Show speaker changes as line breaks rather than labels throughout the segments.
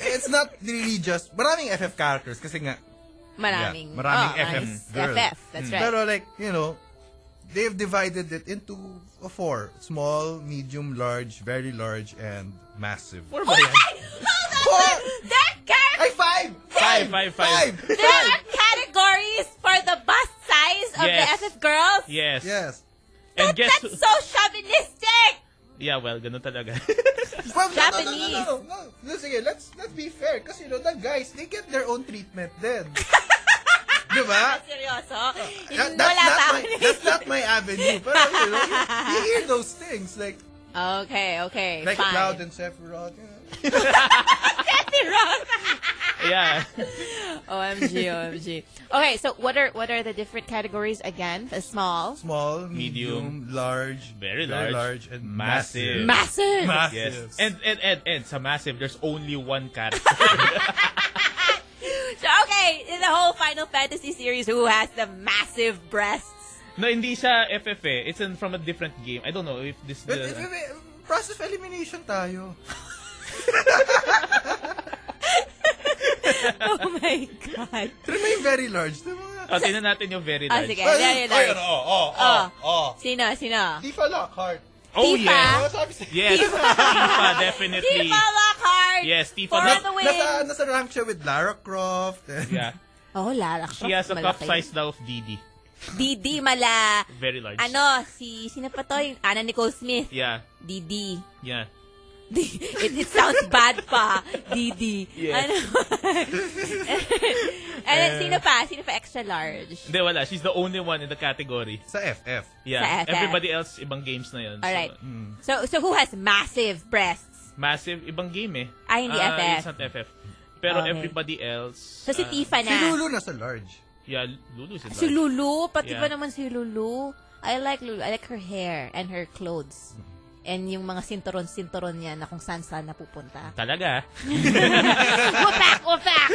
it's not really just, maraming FF characters kasi nga,
Maraming.
Yeah, maraming
oh,
FF
nice.
girl.
FF, that's right.
Mm. Hmm. pero like, you know, they've divided it into uh, four. Small, medium, large, very large, and massive.
Four ba yan?
Four!
There are,
Ay, five!
Five, five, five.
there are categories for the bust size of
Yes.
the FF girls.
Yes.
Yes.
And guess who-
That's so chauvinistic!
Yeah, well, ganun talaga.
Well, no, no, no,
Japanese.
No, no, no, no. no sige, let's, let's be fair. Kasi, you know, the guys, they get their own treatment then. diba?
Seryoso?
That, that's,
Wala
not
pa ako
my, that's not my avenue. Pero, you know, you, you hear those things. Like,
Okay, okay,
like
fine.
Cloud and Sephiroth. You know?
yeah.
OMG, OMG. Okay, so what are what are the different categories again? A small,
Small, medium,
Medium,
large,
very
large,
large,
and
massive.
massive.
Yes.
Massive.
And, and, and, and, sa massive, there's only one character.
So, okay, in the whole Final Fantasy series, who has the massive breasts?
no, hindi siya FFA. It's in, from a different game. I don't know if this...
But
The,
if- if- if- process of elimination tayo.
Oh my god.
Pero may very large. Di ba?
oh, tingnan natin yung very
Oh,
large.
sige,
Well,
very
ayun,
large.
oh, oh,
Oh.
oh, oh.
Sino, sino?
Tifa Lockhart.
Oh,
Tifa.
yes.
Oh, sabi sa-
Yes, Tifa, definitely.
Tifa Lockhart!
Yes, Tifa.
For
Not-
the win!
Nasa, nasa rank siya with Lara Croft. And
Yeah.
Oh, Lara Croft.
She has a cup
malaki.
size daw of DD.
DD mala.
Very large.
Ano, si, sino pa to? Yung Anna Nicole Smith.
Yeah.
DD.
Yeah.
it, it sounds bad pa. DD.
Yes. Eh.
Ano? And then, sino pa? Sino pa extra large?
Hindi, wala. She's the only one in the category.
Sa FF.
Yeah.
Sa FF.
Everybody else, ibang games na yun.
Alright.
So,
So, so who has massive breasts?
massive, ibang game eh.
Ah, hindi
Ah,
FF.
It's not FF. Pero
Okay.
everybody else...
So, si
ah,
Tifa
Si
na.
Lulu nasa large.
Yeah, Lulu is in
Si
large.
Lulu. Pati
Yeah.
ba naman si Lulu? I like Lulu. I like her hair and her clothes. And yung mga sinturon-sinturon niya na kung saan-saan napupunta.
Talaga.
Wapak! Wapak!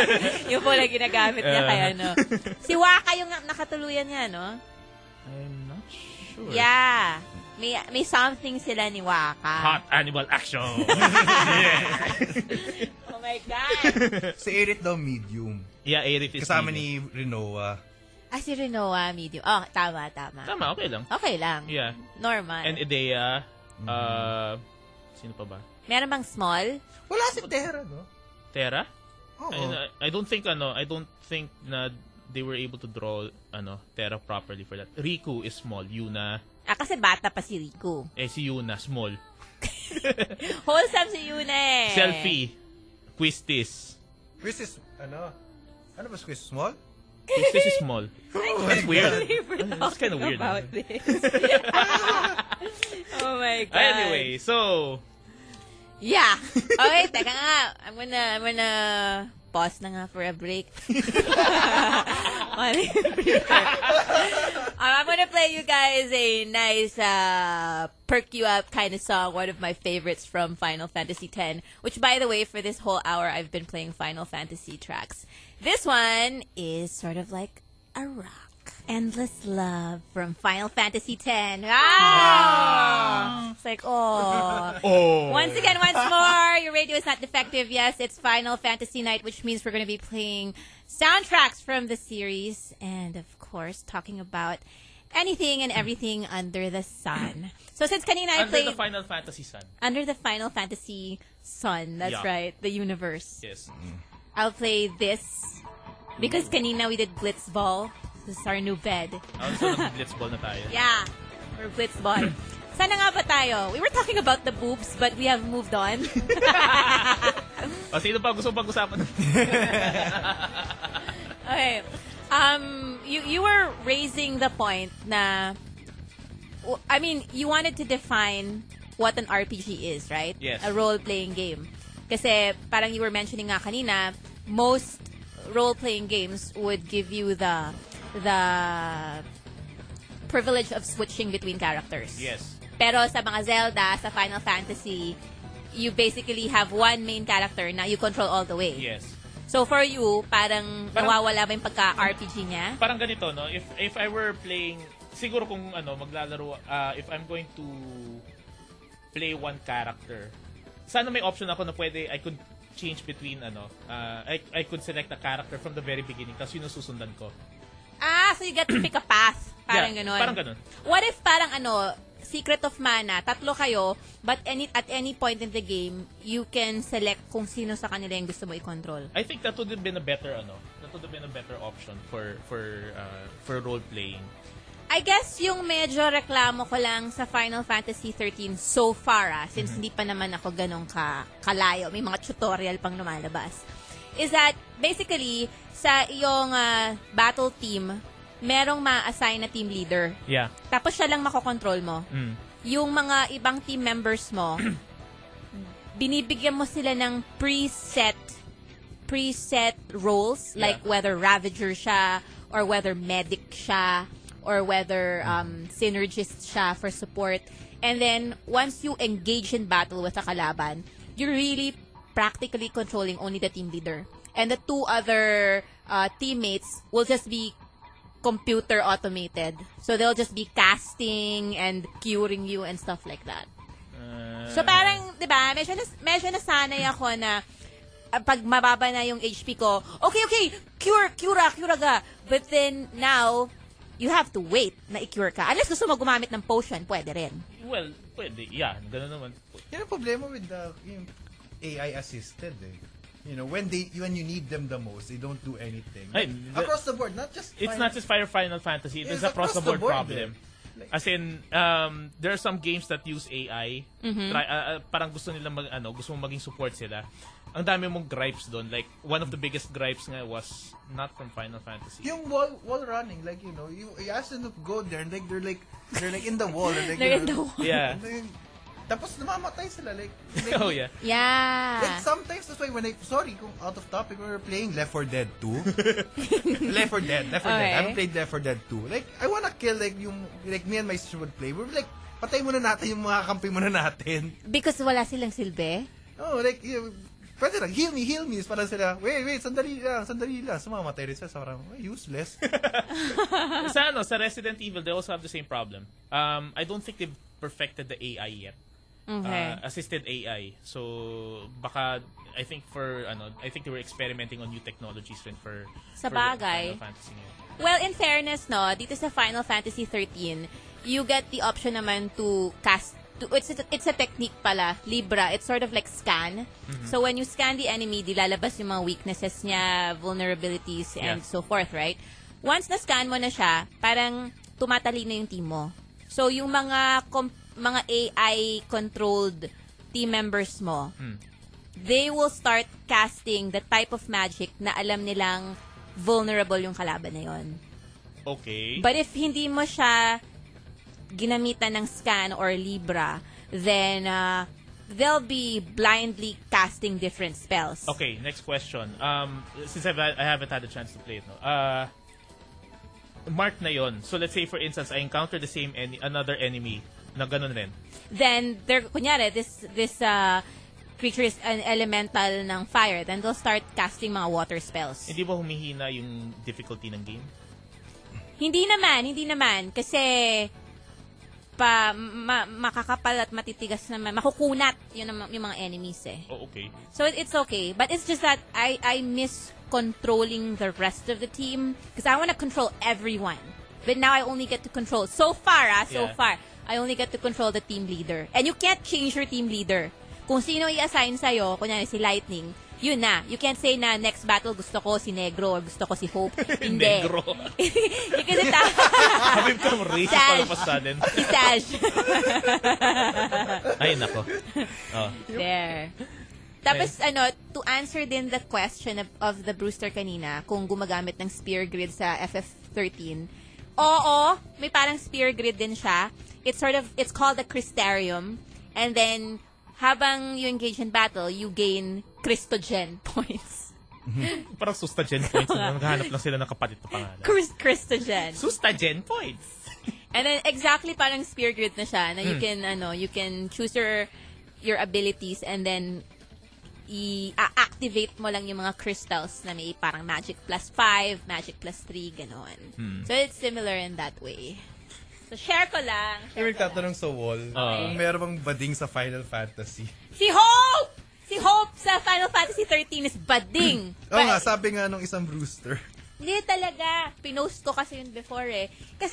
yung po lang ginagamit niya
Uh.
kaya, no? Si Waka yung nakatuluyan niya, no?
I'm not sure.
Yeah. May, may something sila ni Waka.
Hot animal action.
Oh my God.
Si Aerith daw medium.
yeah, Aerith is
Kasama
leading.
ni Rinoa.
ah, si Rinoa, medium. Oh, tama, tama.
Tama, okay lang.
Okay lang.
Yeah.
Normal.
And Idea, uh, sino pa ba?
Meron bang small?
Wala si Terra, no?
Terra?
Oo.
Ayun, I, I don't think, ano, I don't think na they were able to draw, ano, Terra properly for that. Riku is small. Yuna,
Ah, kasi bata pa si Riku.
eh, si Yuna, small.
Wholesome si Yuna eh.
Selfie, Quistis.
Chris is, ano? Ano ba si Chris? Small?
Quistis is small.
That's
Weird.
That's
kinda weird, eh?
About
no?
this. oh my God.
Anyway, so,
Yeah. Okay, teka nga. I'm gonna, I'm gonna pause na nga for a break. Mali- Um, I'm gonna play you guys a nice uh, perk you up kind of song, one of my favorites from Final Fantasy X. Which, by the way, for this whole hour, I've been playing Final Fantasy tracks. This one is sort of like a rock. Endless Love from Final Fantasy X. Ah! It's like, oh.
oh,
Once again, once more, your radio is not defective. Yes, it's Final Fantasy Night, which means we're going to be playing soundtracks from the series and, of course, talking about anything and everything under the sun. So since Kenny and I
under
played
the Final Fantasy Sun.
under the Final Fantasy sun, that's
Yeah.
right, the universe.
Yes.
I'll play this because kanina we did Blitzball. This is our new bed.
Also, nag-blitzball na tayo.
Yeah, we're Blitzball. Sana nga ba tayo? We were talking about the boobs, but we have moved on.
O, sino pa gusto pag-usapan?
Okay. Um, you you were raising the point na, w- I mean, you wanted to define what an RPG is, right?
Yes.
A role-playing game. Kasi parang you were mentioning nga kanina, most role-playing games would give you the the privilege of switching between characters.
yes.
Pero sa mga Zelda, sa Final Fantasy, you basically have one main character na you control all the way.
Yes.
So for you, parang,
Parang-
nawawala ba yung pagka-RPG niya?
parang ganito no if if I were playing siguro kung ano maglalaro ah, if I'm going to play one character sana may option ako na pwede I could change between ano, uh, I, I could select a character from the very beginning tapos yun ang susundan ko.
Ah, so you get to pick a path. Parang
Yeah,
ganon.
parang ganon.
What if parang ano, Secret of Mana, tatlo kayo, but any at any point in the game, you can select kung sino sa kanila yung gusto mo i-control.
I think that would have been a better ano, that would have been a better option for for uh, for role playing.
I guess yung medyo reklamo ko lang sa Final Fantasy 13 so far, ah, since hindi pa naman ako ganong ka kalayo, may mga tutorial pang lumalabas, is that basically, sa iyong ah, battle team, merong ma-assign na team leader.
Yeah.
Tapos siya lang makokontrol mo.
Mm.
yung mga ibang team members mo, binibigyan mo sila ng preset preset roles
Yeah.
like whether ravager siya or whether medic siya or whether um, synergist siya for support. And then once you engage in battle with a kalaban, you're really practically controlling only the team leader. And the two other uh, teammates will just be computer automated. So they'll just be casting and curing you and stuff like that.
Uh,
So parang, di ba, medyo, nas, medyo nasanay ako na ah, pag mababa na yung HP ko, okay, okay, cure, cura, cura ka. But then now, you have to wait na i-cure ka. Unless gusto mo gumamit ng potion, pwede rin.
well, pwede. Yeah, ganun naman.
Yan ang problema with the yung AI assisted eh. You know, when they when you need them the most, they don't do anything.
Ay, the-
across the board, not just
It's
finance.
not just Fire Final Fantasy, it
Yes,
is a
across
cross the board,
the board,
problem.
eh. Like-
As in, um, there are some games that use AI. Try, uh, uh, parang gusto nila mag, ano, gusto mong maging support sila. Ang dami mong gripes doon. Like, one of the biggest gripes nga was not from Final Fantasy.
Yung wall wall running, like you know, you, you ask them to go there and like they're like they're like in the wall and like
They're
you
in the
know,
wall.
Yeah.
and then, tapos namamatay sila like, like
oh, yeah.
Like
Yeah.
sometimes that's why when I sorry kung out of topic when we're playing Left 4 Dead 2. Left 4 Dead,
Okay.
Left 4 Dead. I haven't played Left 4 Dead 2. Like I wanna kill like yung like me and my sister would play. We're like patay muna natin yung mga kampi muna natin.
Because wala silang silbi.
Oh, like you know, pwede lang, heal me, heal me. Tapos Parang sila, wait, wait, sandali lang, sandali lang. Sumamatay rin sila. So parang, "Ay, useless.
sa ano, sa Resident Evil, they also have the same problem. Um, I don't think they've perfected the AI yet.
Okay.
Uh, assisted AI. So baka I think for ano, I think they were experimenting on new technologies when for
Sa
for ano,
bagay.
Final Fantasy ngayon.
Well, in fairness, no, dito sa Final Fantasy 13, you get the option naman to cast to, it's, a, it's a technique pala, Libra. It's sort of like scan. So when you scan the enemy, dilalabas yung mga weaknesses niya, vulnerabilities, and
Yeah.
so forth, right? Once na-scan mo na siya, parang tumatali na yung team mo. So yung mga com- mga AI-controlled team members mo, they will start casting the type of magic na alam nilang vulnerable yung kalaban na yon.
Okay.
But if hindi mo siya ginamitan ng scan or Libra, then uh, they'll be blindly casting different spells.
Okay, next question. Um, since I've, I haven't had a chance to play it, no? Uh, mark na yon. So let's say, for instance, I encounter the same any another enemy na ganun rin.
Then, they're, kunyari, this, this uh, creature is an elemental ng fire, then they'll start casting mga water spells.
Hindi ba humihina yung difficulty ng game?
Hindi naman, hindi naman. Kasi pa ma- makakapal at matitigas naman. Makukunat yun ang, yung mga enemies eh.
Oh, okay.
So it, it's okay. But it's just that I, I miss controlling the rest of the team. Because I want to control everyone. But now I only get to control, so far ah, so
Yeah.
far, I only get to control the team leader. And you can't change your team leader. Kung sino i-assign sa'yo, kunyari si Lightning, yun na. You can't say na next battle gusto ko si Negro or gusto ko si Hope. Hindi.
Negro.
you can just
Habib ka racist
Sash.
all of a sudden. Ay, nako. Oh.
There. Tapos ano, to answer din the question of, of the Brewster kanina, kung gumagamit ng spear grid sa FF13, oo, may parang spear grid din siya. It's sort of, it's called a Crystarium. And then, habang you engage in battle, you gain Christogen points.
Parang sustagen points. na Naghahanap lang sila ng kapalit na pangalan.
Chris- Christogen.
Sustagen points.
And then exactly parang spear grid na siya na you
Hmm.
can ano, you can choose your your abilities and then i-activate mo lang yung mga crystals na may parang magic plus 5, magic plus 3, ganon.
Hmm.
So, it's similar in that way. So, share ko lang.
Yung nagtatanong sa wall,
Ah.
kung meron bang bading sa Final Fantasy.
Si Hope! Si aking hope sa Final Fantasy 13 is bading.
Oo Oh nga, sabi nga nung isang Brewster.
Hindi talaga. Pinost ko kasi yun before eh. Kasi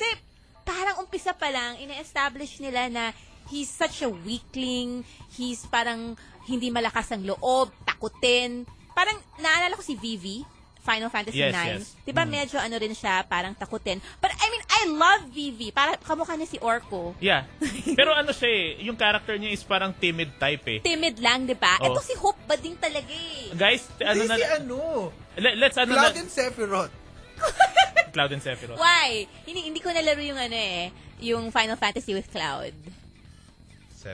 parang umpisa pa lang, ina-establish nila na he's such a weakling, he's parang hindi malakas ang loob, takutin. Parang naalala ko si Vivi, Final Fantasy
Yes,
9.
yes. Mm.
Di ba medyo ano rin siya, parang takutin. But I mean, I love Vivi. Parang kamukha niya si Orko.
Yeah. Pero ano siya eh, yung character niya is parang timid type eh.
Timid lang, di ba? Ito
Oo.
si Hope Bading talaga eh.
Guys, t- ano
Hindi
na,
si ano?
le- let's ano
Cloud
na,
and Sephiroth.
Cloud and Sephiroth.
Why? Hindi, hindi ko nalaro yung ano eh, yung Final Fantasy with Cloud.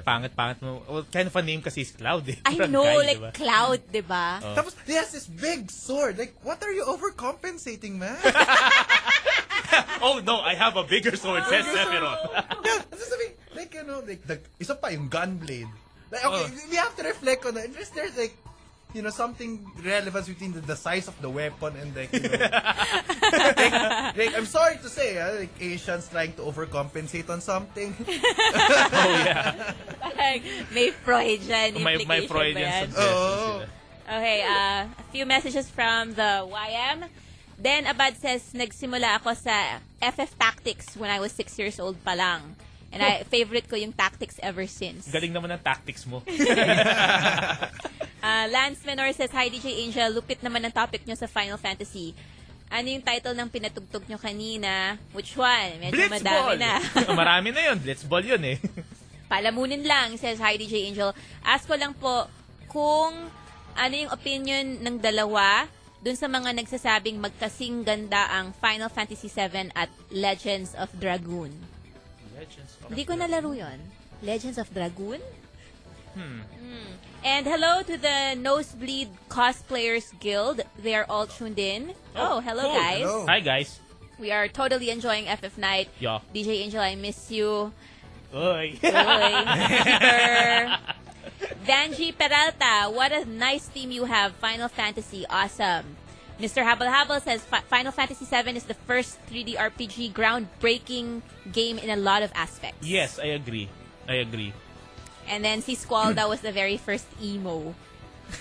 Pangat, pangat mo. Well, kind of a name kasi is Cloud eh.
I
Parang
know,
guy,
like
diba?
Cloud, di ba?
Oh.
Tapos, he has this big sword. Like, what are you overcompensating, man?
Oh no, I have a bigger sword,
Oh,
says Sephiroth.
yeah, that's sabi, like, you know, like, the, isa pa, yung gunblade. Like, okay,
Oh.
we have to reflect on that. Unless there's, like, you know, something relevance between the, the size of the weapon and, like, you know, like, like, I'm sorry to say, ah, like, Asians trying to overcompensate on something.
oh yeah.
Parang may Freudian
My,
implication ba
my
yan?
Freudian suggestions.
Oh.
sila.
Okay, uh, a few messages from the YM. Then Abad says, nagsimula ako sa FF Tactics when I was six years old pa lang. And I favorite ko yung tactics ever since.
Galing naman ang tactics mo.
Uh, Lance Menor says, Hi DJ Angel, lupit naman ang topic nyo sa Final Fantasy. Ano yung title ng pinatugtog nyo kanina? Which one? Medyo madami
Blitzball!
na.
Oh, Marami na yun. Blitzball yun eh.
Palamunin lang, says Hi DJ Angel. Ask ko lang po kung ano yung opinion ng dalawa dun sa mga nagsasabing magkasing ganda ang Final Fantasy VII at Legends of Dragoon. Hindi ko nalaro yon. Legends of Dragoon? Hmm. And hello to the Nosebleed Cosplayers Guild. They are all tuned in. Oh,
Oh,
hello
cool.
guys.
Hello.
Hi guys.
We are totally enjoying FF Night.
Yeah.
DJ Angel, I miss you. Uy,
Uy.
Peter. Vanji Peralta, what a nice theme you have. Final Fantasy, awesome. Mr. Habal Habal says "Fi- Final Fantasy VII is the first 3D RPG groundbreaking game in a lot of aspects.
yes, I agree. I agree.
And then si Squall, that was the very first emo.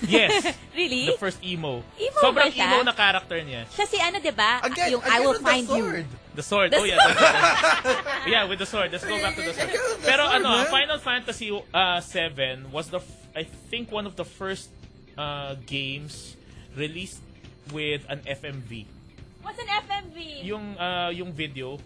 Yes.
Really?
The first emo.
Emo
Sobrang
ba siya?
emo na character niya.
Siya si ano, di ba?
Again,
Yung I
again
will
with the
find you.
sword.
The sword.
The
oh, yeah. the sword. yeah, with the sword. Let's go back to the sword.
Again with the
Pero
sword,
ano,
man.
Final Fantasy uh, 7 was the, f- I think, one of the first uh, games released with an FMV.
What's an FMV?
Yung, uh, yung video,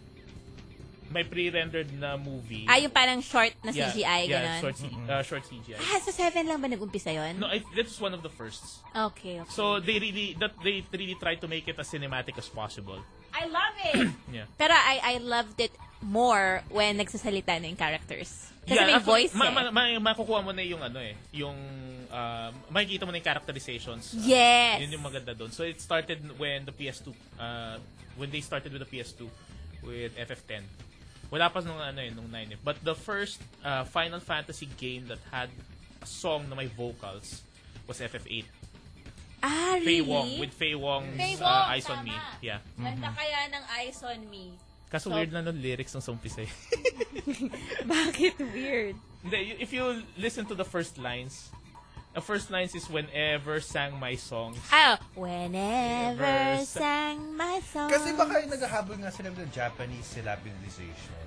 may pre-rendered na movie.
Ah, yung parang short na
Yeah,
CGI,
yeah,
ganun.
short, C- uh, short CGI.
Ah, sa 7 lang ba nag-umpisa yun?
No, I, this was one of the firsts.
Okay, okay.
So they really that they really try to make it as cinematic as possible.
I love it!
Yeah.
Pero I I loved it more when nagsasalita na yung characters. Kasi
yeah,
may
actually,
voice
ma-
eh.
ma- ma- makukuha mo na yung ano eh, yung uh, makikita mo na yung characterizations. Uh,
Yes.
Yun yung maganda doon. So it started when the PS2 uh, when they started with the PS2 with FF10. Wala pa nung ano eh, nung 9 eh. But the first uh, Final Fantasy game that had a song na may vocals was FF8.
ah, really?
Fei
Mm-hmm.
Wong with Fei Wong's
Fei Wong,
uh, Eyes on
tama.
Me. Yeah.
Ganda kaya ng Eyes on Me.
Kaso
So-
weird na nung lyrics nung sa umpisa eh.
Bakit weird?
Hindi, y- if you listen to the first lines, the first lines is whenever sang my songs.
Ah, whenever
Whenever
sang my song.
Kasi baka yung naghahabol nga sila ng Japanese syllabization.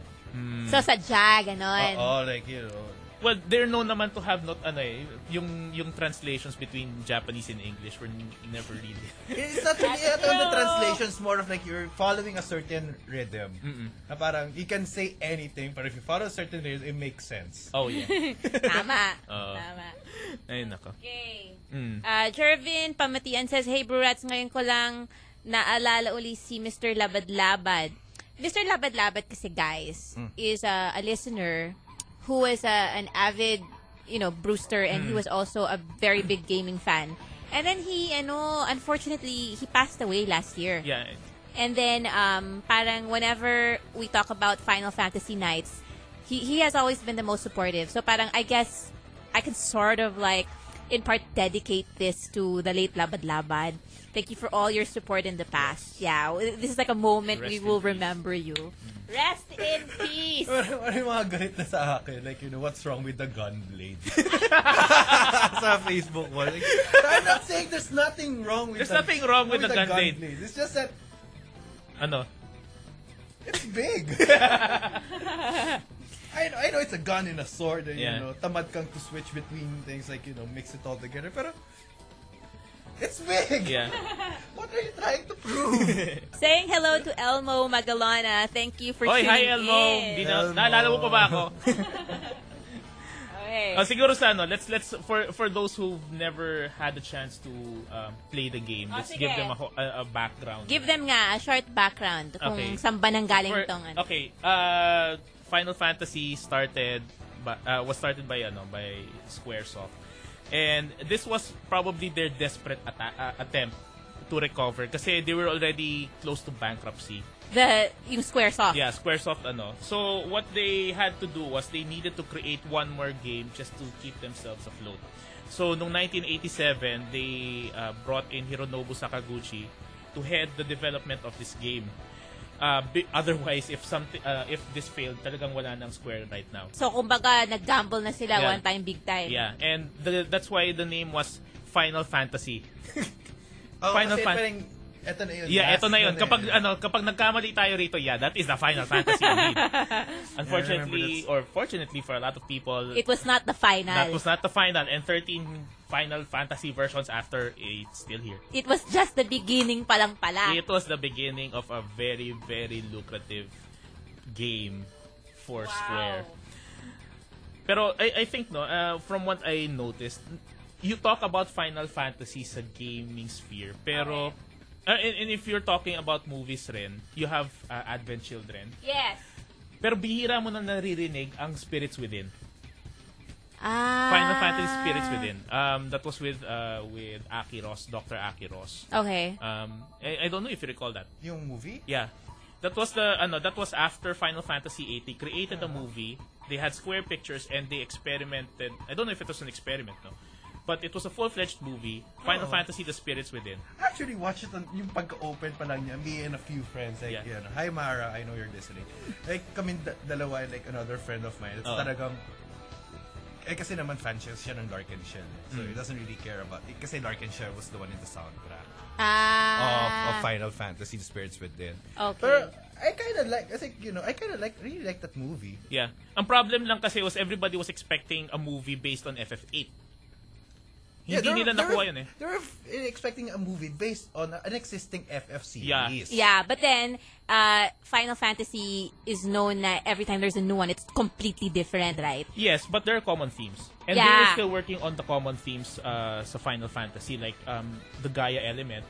So, sadya, ganon.
Oo, like, you know.
Well, they're known naman to have not ano eh, yung yung translations between Japanese and English were n- never really.
It's not really yet on the
true.
translations, more of like you're following a certain rhythm. Na parang, you can say anything, but if you follow a certain rhythm, it makes sense.
Oh yeah.
Tama.
Oo.
Tama.
Ayun nako.
Okay.
Mm.
Uh, Jervin Pamatian says, Hey Brurats, ngayon ko lang naalala uli si Mr. Labad-Labad. Mr. Labad-Labad kasi guys, is uh, a listener who was uh, an avid, you know, Brewster and he was also a very big gaming fan. And then he, ano, unfortunately, he passed away last year.
Yeah.
And then, um, parang whenever we talk about Final Fantasy nights, he, he has always been the most supportive. So parang, I guess, I can sort of like in part dedicate this to the late Labad Labad. Thank you for all your support in the past. Yeah, w- this is like a moment
Rest
we
in
will
peace. Mm-hmm.
remember you. Rest in peace.
Parang parang yung mga galit na sa akin. Like, you know, what's wrong with the gun blade? sa Facebook wall. Like, I'm not saying there's nothing wrong with
There's
the,
nothing wrong with the gun blade.
It's just that
Ano?
it's big. I know, I know it's a gun and a sword and,
Yeah.
you know, tamad kang to switch between things like, you know, mix it all together. Pero, it's big.
Yeah.
What are you trying to prove?
Saying hello to Elmo Magalona. Thank you for
Oy,
tuning
hi Elmo. Di
in.
na,
Elmo.
naalala mo pa ba ako?
Okay.
Ah, siguro sa ano, let's let's for for those who've never had a chance to um, play the game,
Oh,
let's
sige.
give them a, ho- a, a background.
Give them nga a short background kung
Okay.
saan ba nanggaling
For-
tong ano.
Okay, uh, Final Fantasy started by, uh, was started by ano by SquareSoft. And this was probably their desperate ata- uh, attempt to recover kasi they were already close to bankruptcy.
The yung SquareSoft.
Yeah, Squaresoft ano. So what they had to do was they needed to create one more game just to keep themselves afloat. So noong 1987, they uh, brought in Hironobu Sakaguchi to head the development of this game. Uh, bi- otherwise, if something uh, if this failed, talagang wala ng Square right now.
So kumbaga nag-gamble na sila
Yeah.
one time big time.
Yeah, and the, that's why the name was Final Fantasy.
Oh,
Final
kasi
Fan-
parang, eto na yun.
Yeah,
last
eto na 'yon.
eh.
Kapag ano, kapag nagkamali tayo rito, yeah, that is the Final Fantasy indeed. Unfortunately
Yeah, I remember
or fortunately for a lot of people,
It was not the final.
That was not the final, and 13 Final Fantasy versions after it's still here.
It was just the beginning pa lang pala.
It was the beginning of a very, very lucrative game for Square. Pero I, I think no, uh, from what I noticed, you talk about Final Fantasy sa gaming sphere, pero uh, and, and if you're talking about movies rin, you have uh, Advent Children.
Yes.
Pero bihira mo na naririnig ang Spirits Within.
Ah.
Final Fantasy Spirits Within. Um, that was with uh, with Aki Ross, Dr. Aki Ross.
Okay.
Um, I, I don't know if you recall that.
Yung movie?
Yeah, that was the ano. That was after Final Fantasy VIII. They created a movie. They had Square Pictures and they experimented. I don't know if it was an experiment, no, but it was a full-fledged movie. Final
Oo.
Fantasy: The Spirits Within.
actually watch it on yung pagka-open pa lang niya, me and a few friends, like,
Yeah.
yun, hi Mara, I know you're listening. Like, kami da- dalawa, like, another friend of mine, it's
Oo.
talagang, eh, kasi naman fan siya, siya ng Larkin Shell. So,
Mm.
he doesn't really care about, eh, kasi Larkin Shell was the one in the soundtrack
Uh, oh,
of, of
Ah.
Final Fantasy, The Spirits Within.
Okay.
Pero, I kinda like, I think, you know, I kinda like, really like that movie.
Yeah. Ang problem lang kasi was everybody was expecting a movie based on FF8.
Yeah,
Hindi
they were-
nila
they were-
nakuha yun eh.
They were f- expecting a movie based on an existing FF
Yeah.
series.
Yeah, but then uh, Final Fantasy is known na every time there's a new one, it's completely different, right?
Yes, but there are common themes. And they
Yeah.
were still working on the common themes uh, sa Final Fantasy, like um, the Gaia element.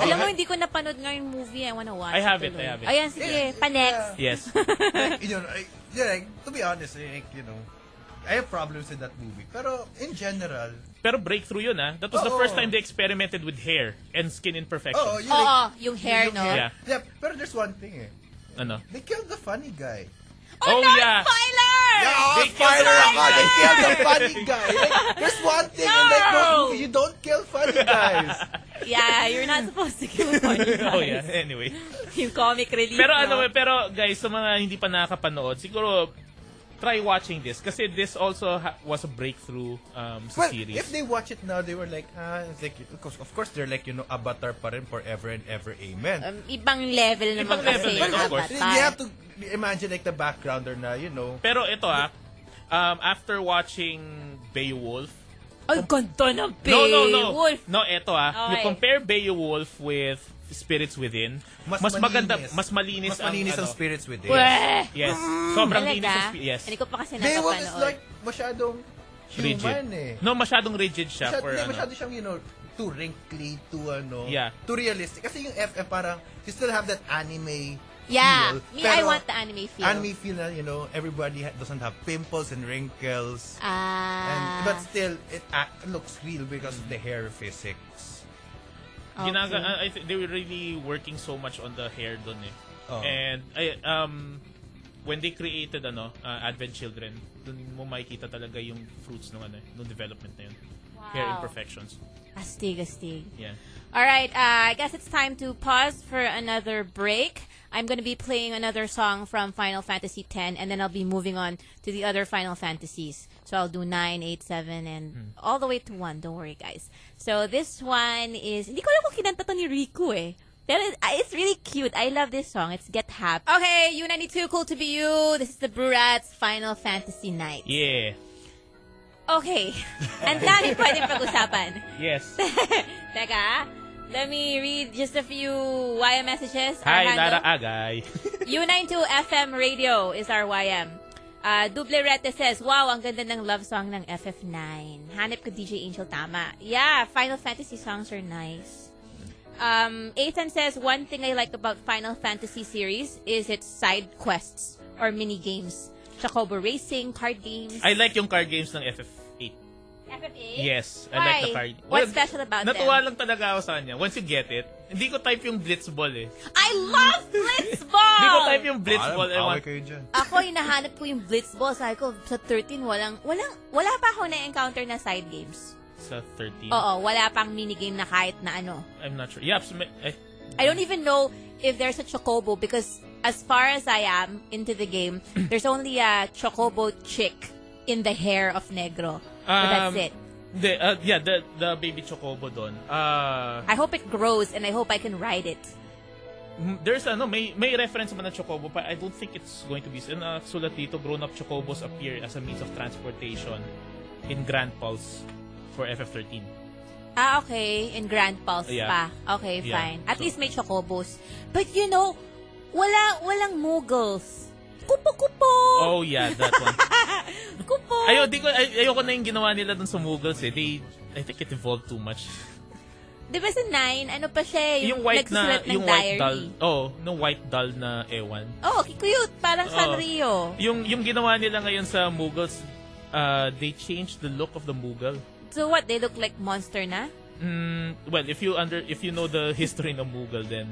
Alam mo,
I-
hindi ko napanood nga yung movie. I wanna watch
I have it,
tuloy.
I have it.
Ayan, sige. Pa-next.
Yeah.
Yes.
like, you know, I, yeah, like, to be honest, like, you know, I have problems with that movie. Pero, in general,
Pero breakthrough yun, ah. That was the
Oo.
first time they experimented with hair and skin imperfections.
oh, you
Oo,
like,
yung hair, no?
hair. Yeah.
yeah, pero there's one thing, eh.
Ano?
They killed the funny guy.
Oh,
Oh,
no,
yeah.
spoiler!
oh,
They killed the funny
They
guy.
killed the funny guy. Like, there's one thing in like those
No!
movies, you don't kill funny guys.
Yeah, you're not supposed to kill funny guys.
oh yeah, anyway.
Yung comic relief,
Pero
no?
ano, pero guys, sa mga hindi pa nakakapanood, siguro try watching this kasi this also ha- was a breakthrough um, sa
Well,
series.
if they watch it now, they were like, ah, it's like, of course, of course, they're like, you know, avatar pa rin forever and ever, amen.
Um, ibang level naman
Ibang level
kasi.
yun, of
dapat
course.
you
pa.
have to imagine like the backgrounder na, you know,
Pero ito ah, um, after watching Beowulf,
Ay, ganda ng
No,
Beowulf.
no, no. No, eto ah.
Okay.
You compare Beowulf with Spirits Within. Mas, maganda, mas malinis,
mas malinis ang,
ano.
spirits within.
Weh!
Yes. Sobrang linis
Talaga?
ang spi- Yes.
Hindi ko pa kasi
Beowulf is
napapanood.
like masyadong
rigid.
human eh.
No, masyadong rigid siya
Masyado,
for
hindi,
ano.
masyado siyang, you know, too wrinkly, too ano,
Yeah.
too realistic. Kasi yung FF parang, you still have that anime
Yeah.
feel.
Me, I
pero
want the anime feel.
Anime feel na, you know, everybody ha- doesn't have pimples and wrinkles.
Ah.
And, but still, it act, looks real because of the hair physics.
Ginaga, ah,
Okay.
I- I think they were really working so much on the hair dun eh.
Oo.
And I, um, when they created ano, uh, Advent Children, dun mo makikita talaga yung fruits ng ano, eh, nung development na yun. hair
Wow.
imperfections.
Astig, astig.
Yeah.
All right, uh, I guess it's time to pause for another break. I'm going to be playing another song from Final Fantasy X, and then I'll be moving on to the other Final Fantasies. So I'll do 9, 8, 7, and all the way to 1. Don't worry, guys. So this one is... Hindi ko alam kung kinanta to ni Riku eh. Pero it- ah, it's really cute. I love this song. It's Get Happy. Okay, U92, Cool to Be You. This is the Brew Rats Final Fantasy Night.
Yeah.
Okay. Ang dami pwedeng pag-usapan.
Yes.
Teka, let me read just a few YM messages. Our
Hi, Lara
handle-
Ah. Agay.
U92 FM Radio is our YM. Uh, Duble Rete says, Wow, ang ganda ng love song ng FF9. Hanip ko DJ Angel Tama. Yeah, Final Fantasy songs are nice. Um, Ethan says, One thing I like about Final Fantasy series is its side quests or mini games. Chocobo Racing, card games.
I like yung card games ng FF8.
FF8?
Yes, I
Why?
like the card.
What's special about them?
Natuwa lang talaga ako sa kanya. Once you get it, hindi ko type yung Blitzball eh.
I love Blitzball!
Hindi
Oh.
ko type yung Blitzball. I
Alam, away
want...
kayo dyan.
ako, hinahanap ko yung Blitzball. Sabi ko, sa 13, walang, walang, wala pa ako na-encounter na side games.
Sa 13.
Oo, wala pang minigame na kahit na ano.
I'm not sure. Yaps, may- eh,
I don't even know if there's a Chocobo because as far as I am into the game, there's only a Chocobo chick in the hair of Negro. but that's
Um,
it.
Hindi, uh, yeah, the, the baby chocobo doon. Uh,
I hope it grows and I hope I can ride it.
m- there's ano, may may reference ba na chocobo pa? I don't think it's going to be. And uh, sulat dito, grown-up chocobos appear as a means of transportation in Grand Pulse for FF13.
Ah, okay. In Grand Pulse
Yeah.
pa. Okay,
Yeah.
fine. At
So-
least may chocobos. But you know, wala, walang moogles. Kupo-kupo!
Oh yeah, that one.
Kupo!
Ayo, di ko ay, ayoko na yung ginawa nila dun sa Mughals eh. They I think it evolved too much.
Di ba sa 9, ano pa siya eh,
Yung white na
nagsusulat ng
yung
diary.
white doll. Oh, no white doll na ewan.
Oh, cute. Parang Sanrio.
Yung yung ginawa nila ngayon sa Mughals, uh, they changed the look of the Mughal.
So what, they look like monster na?
Mm, well, if you under if you know the history ng Mughal then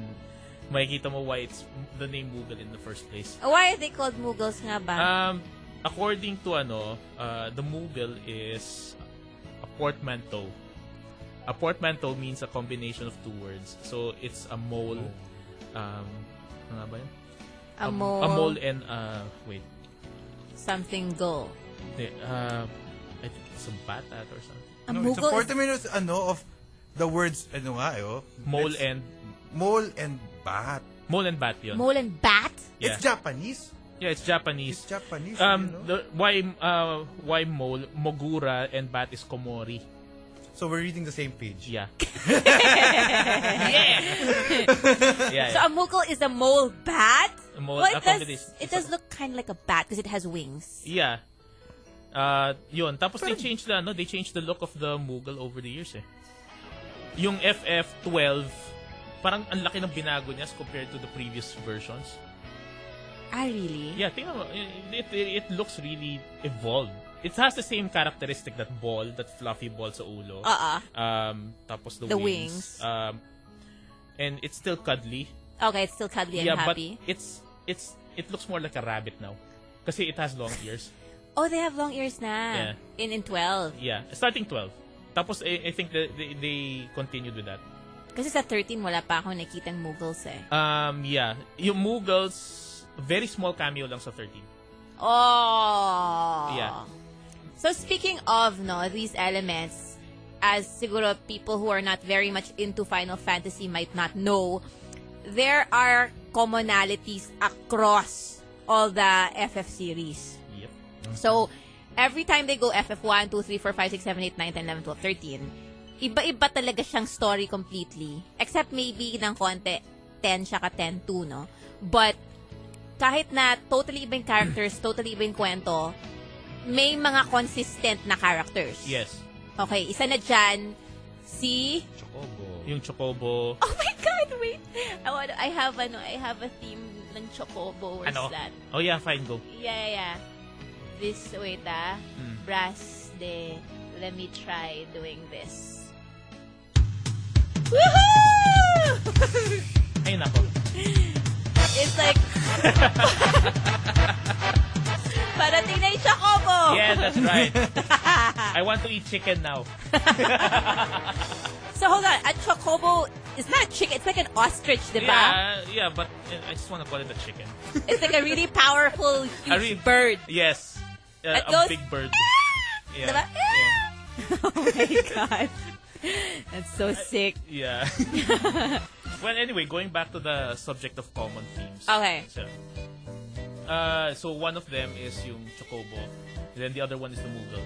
makikita mo why it's the name Mughal in the first place.
Oh, Why are they called Muggles nga ba?
Um according to ano, uh, the Mughal is a portmanteau. A portmanteau means a combination of two words. So it's a mole um ano nga ba yun?
a mole,
A mole and uh wait.
something go.
Hindi, Uh, I think it's a bat at or something.
A
No, it's a
Moogle
40
is...
minutes ano of the words ano nga ayo.
Mole
It's-
and
mole and bat.
mole and bat yun.
Mole and bat?
yeah.
It's Japanese.
yeah, it's Japanese.
It's Japanese.
Um,
you know?
the, why, uh, why mole, mogura, and bat is komori.
so we're reading the same page.
Yeah. yeah. yeah.
So a Moogle is a mole bat?
A mole-
well,
a
it does,
combination.
it does look kind of like a bat because it has wings.
yeah. Uh, yun. Tapos they changed the, ano, they changed the look of the Mughal over the years eh. Yung FF12, parang ang laki ng binago niya as compared to the previous versions.
Ah, really?
Yeah, tingnan mo. eh, It, it, it looks really evolved. It has the same characteristic, that ball, that fluffy ball sa ulo.
Ah,
Uh-uh.
Um, tapos the,
The
wings. Um, and it's still cuddly.
Okay, it's still cuddly and
yeah,
happy.
but it's it's it looks more like a rabbit now. Kasi it has long ears.
Oh, they have long ears
Yeah.
na. In in 12.
yeah, starting 12. Tapos I, I think the, they, they continued with that.
Kasi sa 13, wala pa akong nakitang Muggles eh.
Um, yeah, yung Mughals, very small cameo lang sa 13.
Oh.
Yeah.
So speaking of no these elements, as siguro people who are not very much into Final Fantasy might not know, there are commonalities across all the FF series.
Yep.
So every time they go FF1, 2, 3, 4, 5, 6, 7, 8, 9, 10, 11, 12, 13, iba-iba talaga siyang story completely. Except maybe ng konti, 10 siya ka 10-2, no? But kahit na totally ibang characters, totally ibang kwento, may mga consistent na characters.
Yes.
Okay, isa na dyan, si...
Chocobo.
Yung Chocobo.
Oh my God, wait! I, want, I have ano, I have a theme ng Chocobo. Where's
ano?
that?
Oh yeah, fine, go.
Yeah, yeah, yeah. This, wait ah.
Mm.
Brass de. Let me try doing this. Woohoo!
Ay, nako.
It's like... Parating na yung Chocobo! now.
Yes, that's right. I want to eat chicken now.
So hold on, a chocobo is not a chicken. It's like an ostrich, diba?
Yeah, yeah, but uh, I just want to call it a chicken.
It's like a really powerful huge
A re-
bird.
Yes. Uh,
That
a
goes-
big bird. Yeah.
Diba? oh my god. That's so sick.
Yeah. well, anyway, going back to the subject of common themes.
Okay.
So, uh, so one of them is yung Chocobo. And then the other one is the Moogle.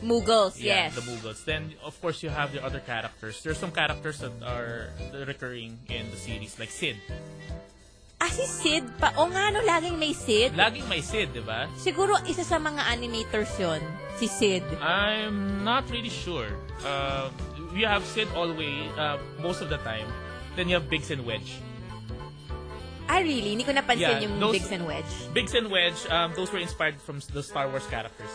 Muggles,
Yeah,
yes.
the Moogles. Then, of course, you have the other characters. There's some characters that are recurring in the series, like Sid.
Ah, si Sid pa. O nga, no, laging may Sid.
Laging may Sid, di ba?
Siguro isa sa mga animators yon si Sid.
I'm not really sure. Uh, you have Sid always, uh, most of the time. Then you have Biggs and Wedge.
Ah, really? Hindi ko napansin
Yeah,
yung
those-
Biggs and Wedge.
Biggs and Wedge, um, those were inspired from the Star Wars characters.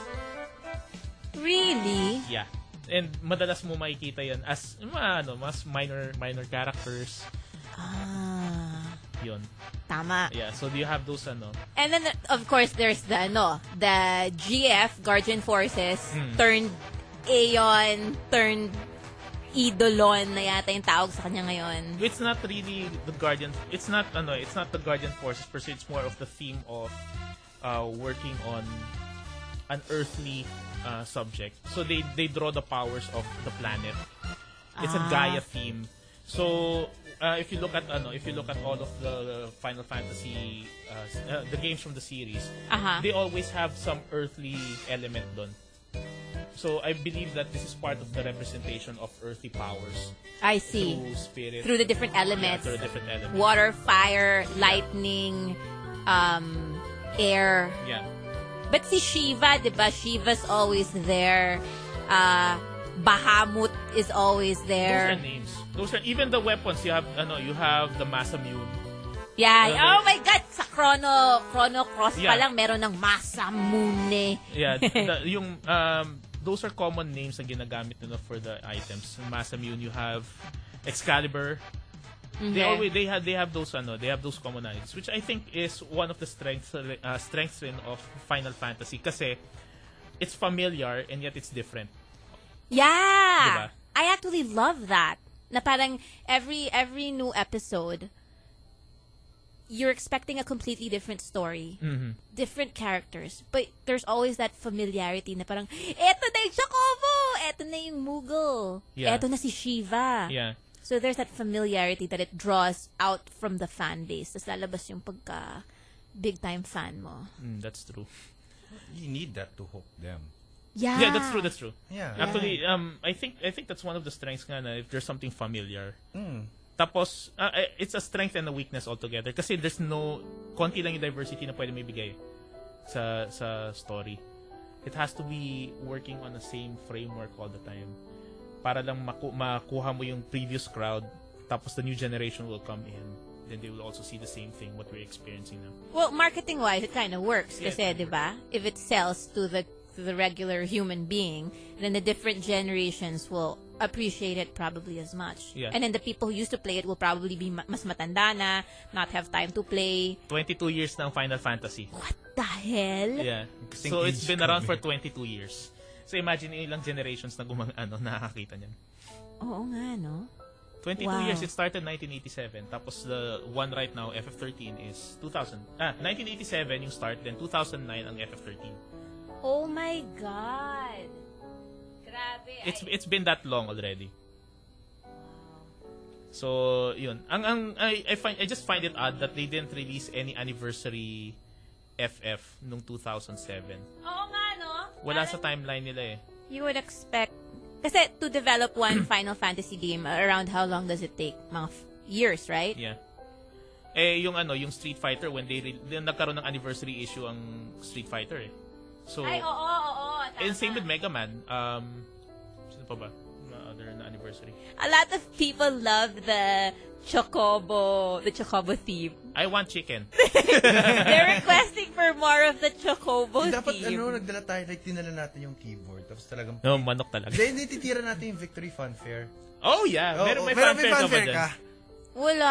Really?
Yeah. And madalas mo makikita yan as yung mga, ano, mas minor minor characters.
Ah,
Yun.
tama.
Yeah, so do you have those ano?
And then, of course, there's the, no, the GF, Guardian Forces,
Hmm.
turned Aeon, turned Idolon na yata yung tawag sa kanya ngayon.
It's not really the Guardian. It's not ano, it's not the Guardian forces per se. It's more of the theme of uh, working on an earthly uh, subject. So they they draw the powers of the planet. It's a
Ah.
Gaia theme. So uh, if you look at ano, if you look at all of the Final Fantasy uh, s- uh, the games from the series,
Aha.
they always have some earthly element doon. So I believe that this is part of the representation of earthly powers
I see.
through spirit
Through the different
yeah,
elements.
through the different elements.
Water, fire, lightning, um, air.
Yeah.
But si Shiva, di ba? Shiva's always there. Uh, Bahamut is always
Those are
there.
names. Those are even the weapons you have ano, you have the Masamune.
Yeah.
Okay.
Oh my God! Sa Chrono, Chrono Cross pa
Yeah.
lang, meron ng Masamune.
Yeah, the, yung um those are common names na ginagamit nila for the items. Yung Masamune you have Excalibur.
Okay.
They always they have they have those ano, they have those common items which I think is one of the strengths uh, strengths rin of Final Fantasy kasi it's familiar and yet it's different.
Yeah.
Diba?
I actually love that. Na parang every every new episode, you're expecting a completely different story,
Mm-hmm.
different characters, but there's always that familiarity na parang eto na yung Chocobo, eto na yung Moogle,
Yeah.
eto na si Shiva.
Yeah.
So there's that familiarity that it draws out from the fan base. Tapos lalabas yung pagka big time fan mo.
Mm, that's true.
You need that to hook them.
Yeah.
Yeah, that's true, that's true.
Yeah.
Actually, um, I think I think that's one of the strengths nga na if there's something familiar. Tapos, ah, eh, it's a strength and a weakness altogether kasi there's no, konti lang yung diversity na pwede may bigay sa, sa story. It has to be working on the same framework all the time para lang maku- makuha mo yung previous crowd tapos the new generation will come in then they will also see the same thing what we're experiencing now.
Well, marketing wise, it kind of works
Yeah,
kasi,
it
di ba? If it sells to the to the regular human being, then the different generations will appreciate it probably as much.
Yeah.
And then the people who used to play it will probably be ma- mas matanda na, not have time to play.
22 years na ang Final Fantasy.
What the hell?
Yeah.
Kasing
So it's
age
been
ko
around
eh.
for 22 years. So imagine yung ilang generations na gumang ano nakakita niyan.
Oo nga, no?
22
Wow.
years it started 1987 tapos the one right now FF13 is 2000. Ah, 1987 yung start then 2009 ang FF13.
Oh my God! Grabe.
It's
I-
it's been that long already. So, yun. Ang ang I, I find I just find it odd that they didn't release any anniversary FF nung 2007.
Oo nga, no?
Wala
Parang-
sa timeline nila eh.
You would expect, kasi to develop one Final Fantasy game, uh, around how long does it take? Mga f- years, right?
Yeah. Eh, yung ano, yung Street Fighter, when they, re- then nagkaroon ng anniversary issue ang Street Fighter eh. So,
Ay, oo, oo, oo.
and
tama.
same with Mega Man. Um, sino pa ba? Mga other na anniversary.
A lot of people love the Chocobo, the Chocobo theme.
I want chicken.
They're requesting for more of the Chocobo
Dapat
theme.
ano, nagdala tayo, like dinala natin yung keyboard. Tapos talagang,
No, manok talaga.
then titira natin yung victory fanfare.
Oh yeah,
Oo,
meron may
meron
fanfare
may
ka ba
fanfare
dyan?
ka?
Wala.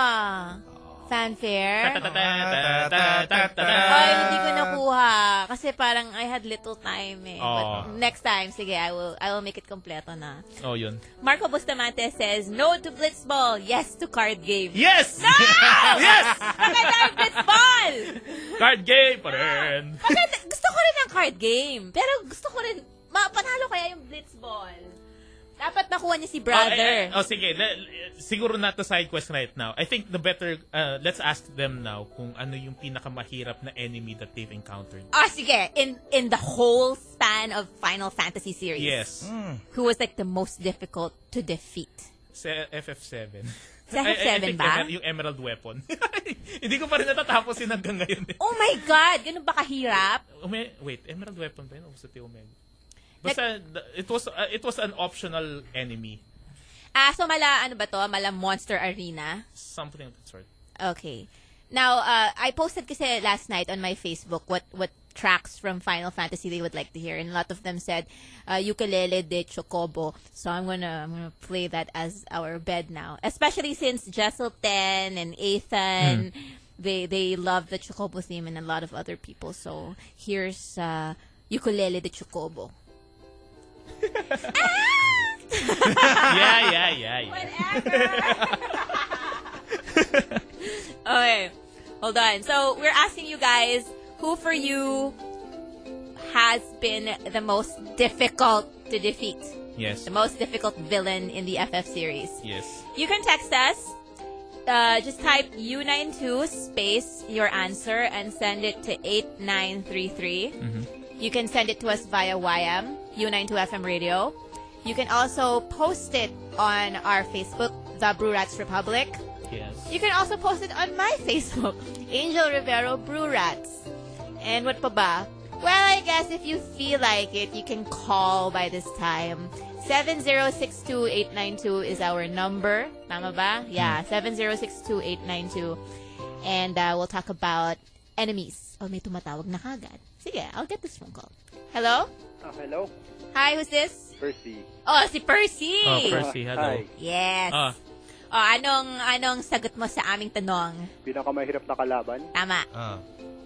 Fanfare. Ay, hindi ko
Ta-ta-ta-ta-ta-ta.
nakuha. Kasi parang I had little time eh.
Oh.
But next time, sige, I will I will make it kompleto na.
Oh, yun.
Marco Bustamante says, no to blitzball, yes to card game.
Yes!
No!
Yes!
Maganda ang blitzball!
Card game pa rin.
Maganda, gusto ko rin ang card game. Pero gusto ko rin, mapanalo kaya yung blitzball. Dapat nakuha niya si brother.
Oh, eh, eh, oh, sige. Le- eh, siguro not the side quest right now. I think the better, uh, let's ask them now kung ano yung pinakamahirap na enemy that they've encountered.
Ah, sige. In, in the whole span of Final Fantasy series.
Yes.
Who was like the most difficult to defeat?
Sa FF7.
Sa
I- I- I
FF7
think
ba?
emer- yung Emerald Weapon. Hindi ko pa rin natatapos yun hanggang ngayon. eh.
Oh my God! Ganun ba kahirap?
Ume- wait, Emerald Weapon ba yun? O sa Tio Omega? Basta, the- it was uh, it was an optional enemy.
Ah, so mala, ano ba to? Mala Monster Arena?
Something of that sort.
Okay. Now, uh, I posted kasi last night on my Facebook what what tracks from Final Fantasy they would like to hear, and a lot of them said uh, "Ukulele de Chocobo." So I'm gonna I'm gonna play that as our bed now, especially since Jesselten and Ethan they they love the Chocobo theme, and a lot of other people. So here's uh, "Ukulele de Chocobo." Ah.
yeah, yeah, yeah, yeah.
Okay. Hold on. So we're asking you guys who for you has been the most difficult to defeat?
Yes.
The most difficult villain in the FF series.
Yes.
You can text us. Uh, just type U92 space your answer and send it to 8933. You can send it to us via YM, U92FM radio. You can also post it on our Facebook, The Brew Rats Republic.
Yes.
You can also post it on my Facebook, Angel Rivero Brew Rats. And what pa ba? Well, I guess if you feel like it, you can call by this time. 7062892 is our number. Tama ba? Yeah,
Hmm.
7062892. And uh, we'll talk about enemies. Oh, may tumatawag na kagad. Sige, I'll get this phone call. Hello?
Ah, hello,
Hi, who's this?
Percy. Ah,
Oh, si Percy!
Oh, Percy, hello.
Hi.
Yes.
Ah,
Oh, anong, anong sagot mo sa aming tanong?
Pinakamahirap na kalaban.
Tama.
Ah.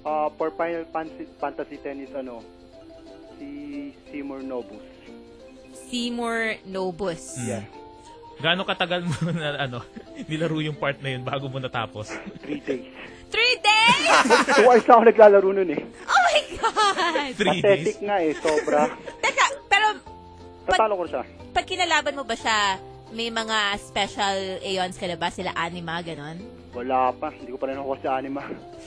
Ah, for Final Fantasy, Fantasy 10 is ano, si Seymour Nobus.
Seymour Nobus.
Hmm.
Yeah.
gaano katagal mo na ano, nilaro yung part na yun bago mo natapos?
Three days.
Three days!
Two hours na ako naglalaro nun eh.
Oh my God!
Three days?
Pathetic nga eh, sobra.
Teka, pero
Natalo ko siya.
pag kinalaban mo ba siya, may mga special aeons ka na ba? Sila anima, ganon?
Wala pa, hindi ko pa rin ako si anima.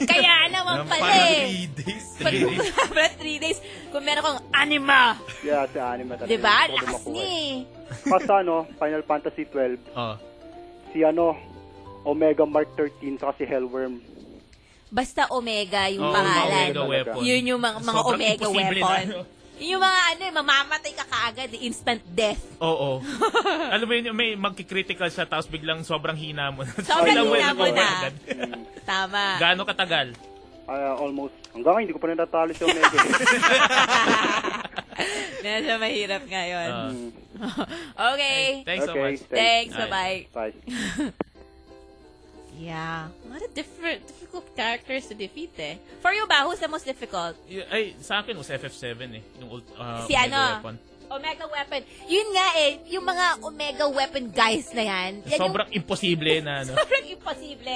Kaya naman
Ang
pala
parang
eh!
three days.
Pag
Three days.
para three days, kung meron kong anima,
Yeah, si anima talaga.
di ba?
Hindi ko
Diba? Lakas
makuha
niya
eh.
eh.
Basta ano, Final Fantasy 12,
Oh.
si ano, Omega Mark 13, saka si Hellworm.
Basta Omega yung
Oh,
pangalan.
Omega weapon.
Yun yung mga, mga
Sobrang
Omega
imposible na,
weapon.
ano.
Yun yung mga ano, eh, mamamatay ka kaagad, eh, instant death.
Oo. Alam mo yun, yung may magkikritical siya tapos biglang sobrang hina mo na.
Sobrang
Biglang
hina
wala
mo
ka
na.
agad.
Tama.
Gaano katagal?
Hmm, Ah, almost. Hanggang ngayon, hindi ko pa rin natalo si Omega. eh.
Medyo mahirap ngayon.
Ah.
okay.
Thanks so
Okay,
much.
Thanks.
Thanks.
Bye-bye.
Bye.
Yeah. What a different, difficult characters to defeat eh. For you ba, who's the most difficult?
Y- Ay, sa akin was FF7 eh. Yung ult- ah,
si
Omega
ano?
weapon.
Omega Weapon. Yun nga eh, yung mga Omega Weapon guys na yan. yan
Sobrang imposible na ano. Ah.
Yung, sobrang imposible.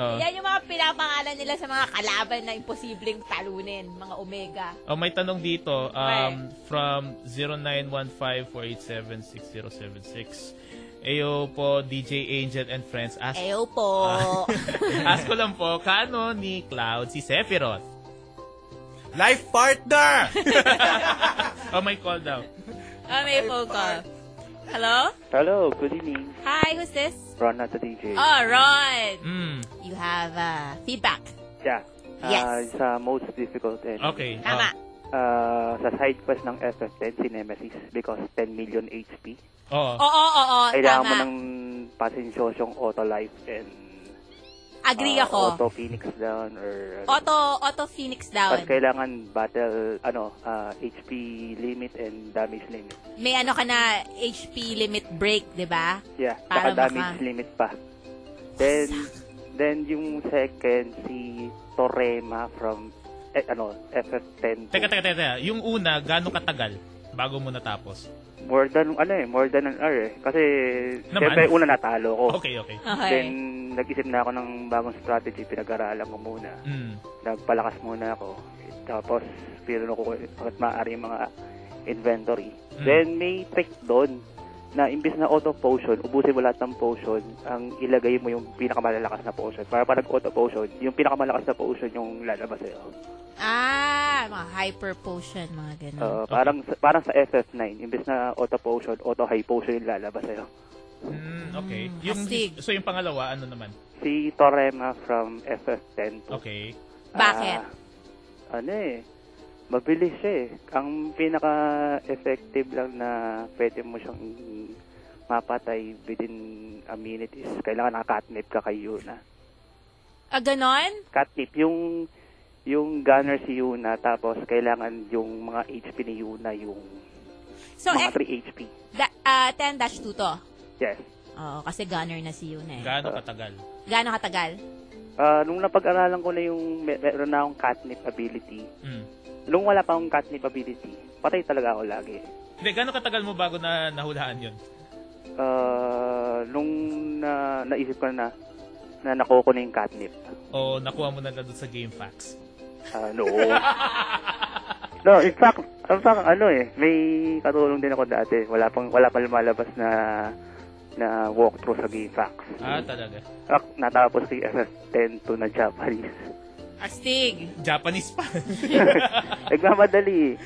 Oo.
Yan yung mga pinapangalan nila sa mga kalaban na imposibleng talunin. Mga Omega.
Oh, may tanong dito um,
Okay.
from 0915-487-6076. Eyo po, DJ Angel and friends. Ask,
Eyo po.
Ah. ask ko lang po, kano ni Cloud si Sephiroth?
Life partner!
Oh, may call daw.
Ah, may phone call. Hello?
Hello, good evening.
Hi, who's this?
Ron at the DJ.
Oh, Ron.
Mm,
You have uh, feedback.
Yeah.
Yes.
Ah, sa most difficult and
okay.
Tama.
ah, sa side quest ng FF10 si Nemesis because 10 million HP.
Oh,
Oo, oo, oo.
Kailangan mo
Ah, Tama.
ng pasensyos auto life and
Agree
ah,
ako.
auto phoenix down or ano.
Auto Auto Phoenix down.
Tapos kailangan battle ano ah, HP limit and damage limit.
May ano ka na HP limit break, 'di ba?
Yeah,
Para
saka damage
maka-
limit pa. Then Then yung second, si Torema from eh, ano, FF10.
Teka, teka, teka, teka. Yung una, gano'ng katagal bago mo natapos?
More than, ano eh, more than an hour eh. Kasi,
Naman.
syempre, una natalo ko.
Okay, okay.
Okay.
Then, nag-isip na ako ng bagong strategy. Pinag-aralan ko muna.
Mm.
Nagpalakas muna ako. Tapos, pinuno ko at maaari yung mga inventory.
Mm.
Then, may trick doon na imbis na auto potion, ubusin mo lahat ng potion, ang ilagay mo yung pinakamalalakas na potion. Para pag auto potion, yung pinakamalakas na potion yung lalabas sa'yo.
Ah, mga hyper potion, mga ganun.
Uh, parang, parang sa FF9, imbis na auto potion, auto high potion yung lalabas sa'yo.
Mm, okay.
Mm,
Yung,
astig.
so yung pangalawa, ano naman?
Si Torema from FF10 po.
Okay.
Bakit?
Ah, ano eh, mabilis siya eh. Ang pinaka-effective lang na pwede mo siyang mapatay within a minute is kailangan nakakatnip ka kay Yuna.
Ah, ganon?
Catnip, yung yung gunner si Yuna tapos kailangan yung mga HP ni Yuna yung
So,
mga
eh,
3 HP.
da- ah, 10-2 to.
Yes.
Oo, kasi gunner na si Yuna eh.
Gano'ng katagal?
Gano'ng katagal?
Ah, nung napag-aralan ko na yung mer- meron na akong catnip ability,
Mm.
nung wala pa akong catnip ability, patay talaga ako lagi.
Hindi, gano'ng katagal mo bago na nahulaan yun?
Ah, nung na, naisip ko na na nakuha ko na yung catnip.
O nakuha mo na lang doon sa game facts?
Ah, no. no, in fact, in fact, ano eh, may katulong din ako dati. Wala pang wala pa lumalabas na na walkthrough sa GameFAQs.
Ah, talaga.
Ak, natapos ko yung FF10 to na Japanese.
Astig.
Japanese pa.
Nagmamadali.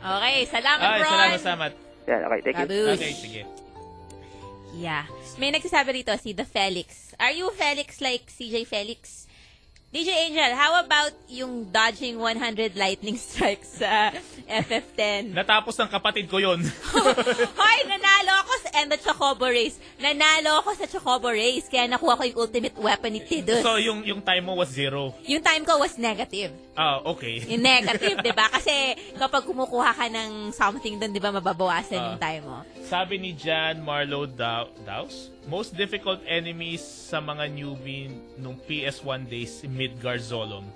Okay, salamat,
Ay,
Ron.
salamat, salamat.
Yan, okay, thank you.
Babush.
Okay, sige.
Yeah. May nagsasabi rito, si The Felix. Are you Felix like CJ Felix? DJ Angel, how about yung dodging 100 lightning strikes sa FF10?
Natapos ng kapatid ko yon.
Hoy, nanalo ako sa, and the Chocobo Race. Nanalo ako sa Chocobo Race, kaya nakuha ko yung ultimate weapon ni Tidus.
so, yung yung time mo was zero.
yung time ko was negative.
Ah, okay.
Yung negative, di ba? Kasi kapag kumukuha ka ng something doon, di ba, mababawasan yung
Ah.
time mo.
Sabi ni Jan Marlow Dow- Dows, most difficult enemies sa mga newbie nung PS1 days, Midgar Zolom.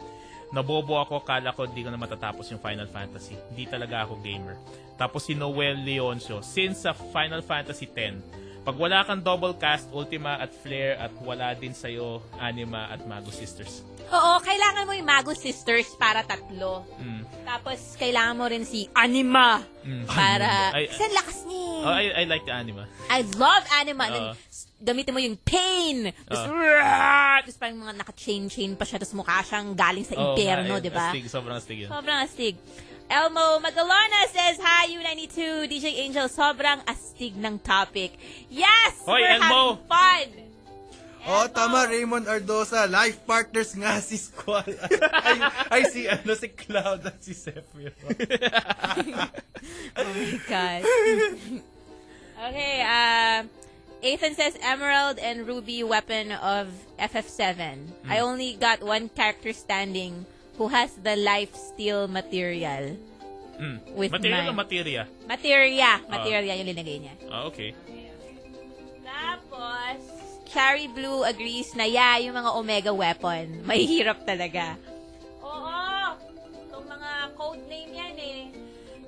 Nabobo ako, kala ko di ko na matatapos yung Final Fantasy. Di talaga ako gamer. Tapos si Noel Leoncio, since sa Final Fantasy 10, pag wala kang double cast, Ultima at Flare at wala din sa'yo, Anima at Mago Sisters.
Oo, kailangan mo yung Mago Sisters para tatlo.
Mm.
Tapos, kailangan mo rin si Anima
Mm.
para...
Ay-
Kasi ang lakas niya. eh.
Oh, I, I like the anima.
I love Anima. And then,
Oo.
s- gamitin mo yung pain. Tapos,
Oo.
"Rah!" Tapos parang mga naka-chain-chain pa siya. Tapos mukha siyang galing sa
Oo,
impyerno,
nga, eh,
di ba?
Astig, sobrang astig yun.
Sobrang astig. Elmo Magalona says, Hi, U92, DJ Angel. Sobrang astig ng topic. Yes!
Hoy,
we're
Elmo!
having fun!
Oh, tama, Raymond Ardosa. Life partners nga si Squall. ay, ay, si, ano, si Cloud at si Sephiroth.
Oh my God. okay, uh, Ethan says Emerald and Ruby weapon of FF7. I only got one character standing who has the life steal material.
Mm.
With
Material
mine.
o materia?
Materia. Materia yung linagay niya.
Ah, okay.
Tapos, Cherry Blue agrees na, yeah, yung mga Omega weapon, mahihirap talaga. Oo! Itong mga codename yan eh.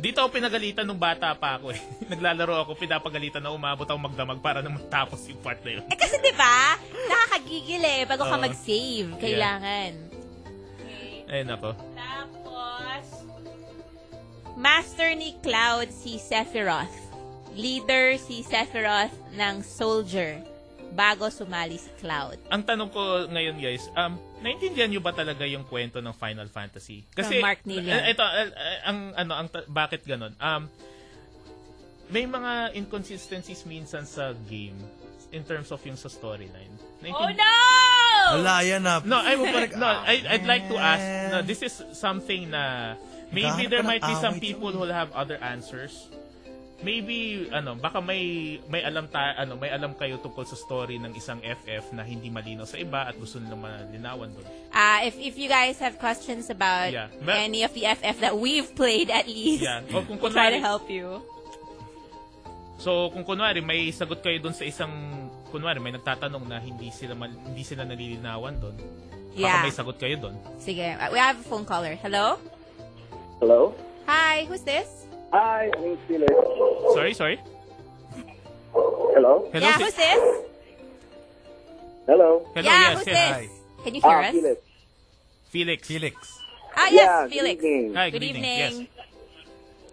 Dito ako pinagalitan nung bata pa ako eh. Naglalaro ako, pinapagalitan na umabot ako magdamag para na matapos yung part na yun.
Eh kasi 'di ba? Nakakagigil eh bago ka
Oo.
mag-save. Kailangan.
Ayun ako.
Tapos Master ni Cloud si Sephiroth. Leader si Sephiroth ng soldier bago sumali si Cloud.
Ang tanong ko ngayon guys, um, naintindihan nyo ba talaga yung kwento ng Final Fantasy?
From Mark Neal yan.
Eh, Ito, eh, eh, ang, ano, ang, ta- bakit ganun? Um, may mga inconsistencies minsan sa game in terms of yung sa storyline.
Oh
Naintin-
no!
Wala yan ah.
No, I would
Parang,
no, I, I'd like to ask. No,
man.
this is something na maybe
Gahanap
there
ka ng
might be some
away
people
dyan.
who'll have other answers. Maybe ano, baka may may alam ta ano, may alam kayo tungkol sa story ng isang FF na hindi malinaw sa iba at gusto nilang malinawan doon.
Ah, if if you guys have questions about
Yeah. Ma-
any of the FF that we've played at least,
Yan. O kung
we'll try to
kunwari,
help you.
so kung kunwari may sagot kayo doon sa isang kunwari may nagtatanong na hindi sila mal- hindi sila nalilinawan doon. Baka
Yeah.
may sagot kayo doon.
Sige. Uh, We have a phone caller. Hello?
Hello?
Hi, who's this?
Hi, I'm Steeler.
Sorry, sorry.
Hello?
Hello,
yeah,
si-
who's this?
Hello?
hello
yeah,
yes,
who's
yes.
this?
hi.
Can you hear
ah,
us?
Felix.
Felix.
Felix.
Ah, yes,
yeah,
Felix.
Good evening.
Hi,
Good, evening.
Yes.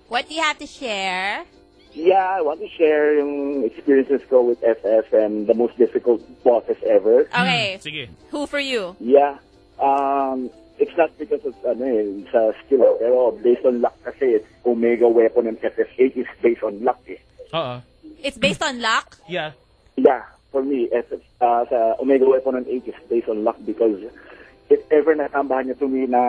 What do you have to share?
Yeah, I want to share yung experiences ko with FF and the most difficult bosses ever.
Okay.
Hmm, Sige.
Who for you?
Yeah. Um, it's not because of ano eh, sa skill, pero based on luck kasi it's Omega weapon and FF8 is based on luck eh.
Oo.
It's based on luck.
Yeah.
Yeah, for me, FF, uh, sa Omega weapon and 8 is based on luck because if ever natambahan niya to me na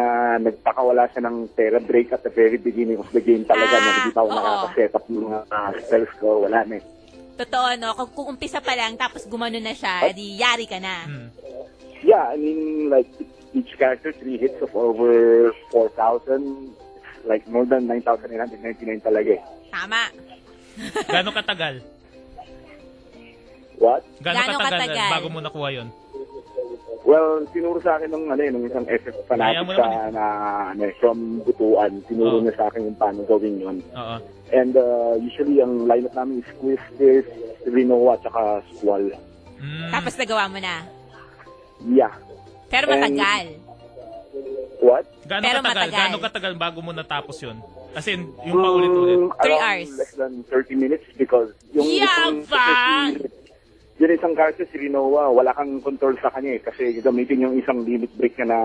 nagpakawala siya ng Terra Break at the very beginning of the game talaga na
Ah,
hindi pa ako
oo.
nakaka-set up ng mga ah, spells ko, wala na eh.
Totoo, no? Kung, kung umpisa pa lang, tapos gumano na
Oh.
siya, di yari ka na.
Mm.
Yeah, I mean, like, each character, three hits of over 4,000. It's like more than 9,999 talaga eh.
Tama.
Gano'ng katagal?
What?
Gano'ng
Gaano
katagal,
katagal?
bago mo nakuha yon?
Well, tinuro sa akin nung, ano, eh, nung isang
Kaya
SF fanatic
mo
sa,
naman
na, ano, eh, from Butuan, tinuro
Oh.
niya sa akin yung paano gawin yun.
Oo.
And uh, usually, ang lineup namin is Quiz, Fierce, Rinoa, tsaka Squall.
Mm.
Tapos nagawa mo na.
Yeah.
Pero
And-
matagal.
What?
Gano'ng
Pero
katagal?
matagal.
Gano'ng katagal bago mo natapos yon? As in, yung paulit-ulit.
Mm,
Three
around
hours.
Less than 30 minutes because yung...
Yabang!
isang- Yung isang character, si Rinoa, wala kang control sa kanya eh. Kasi gamitin yung isang limit break niya na,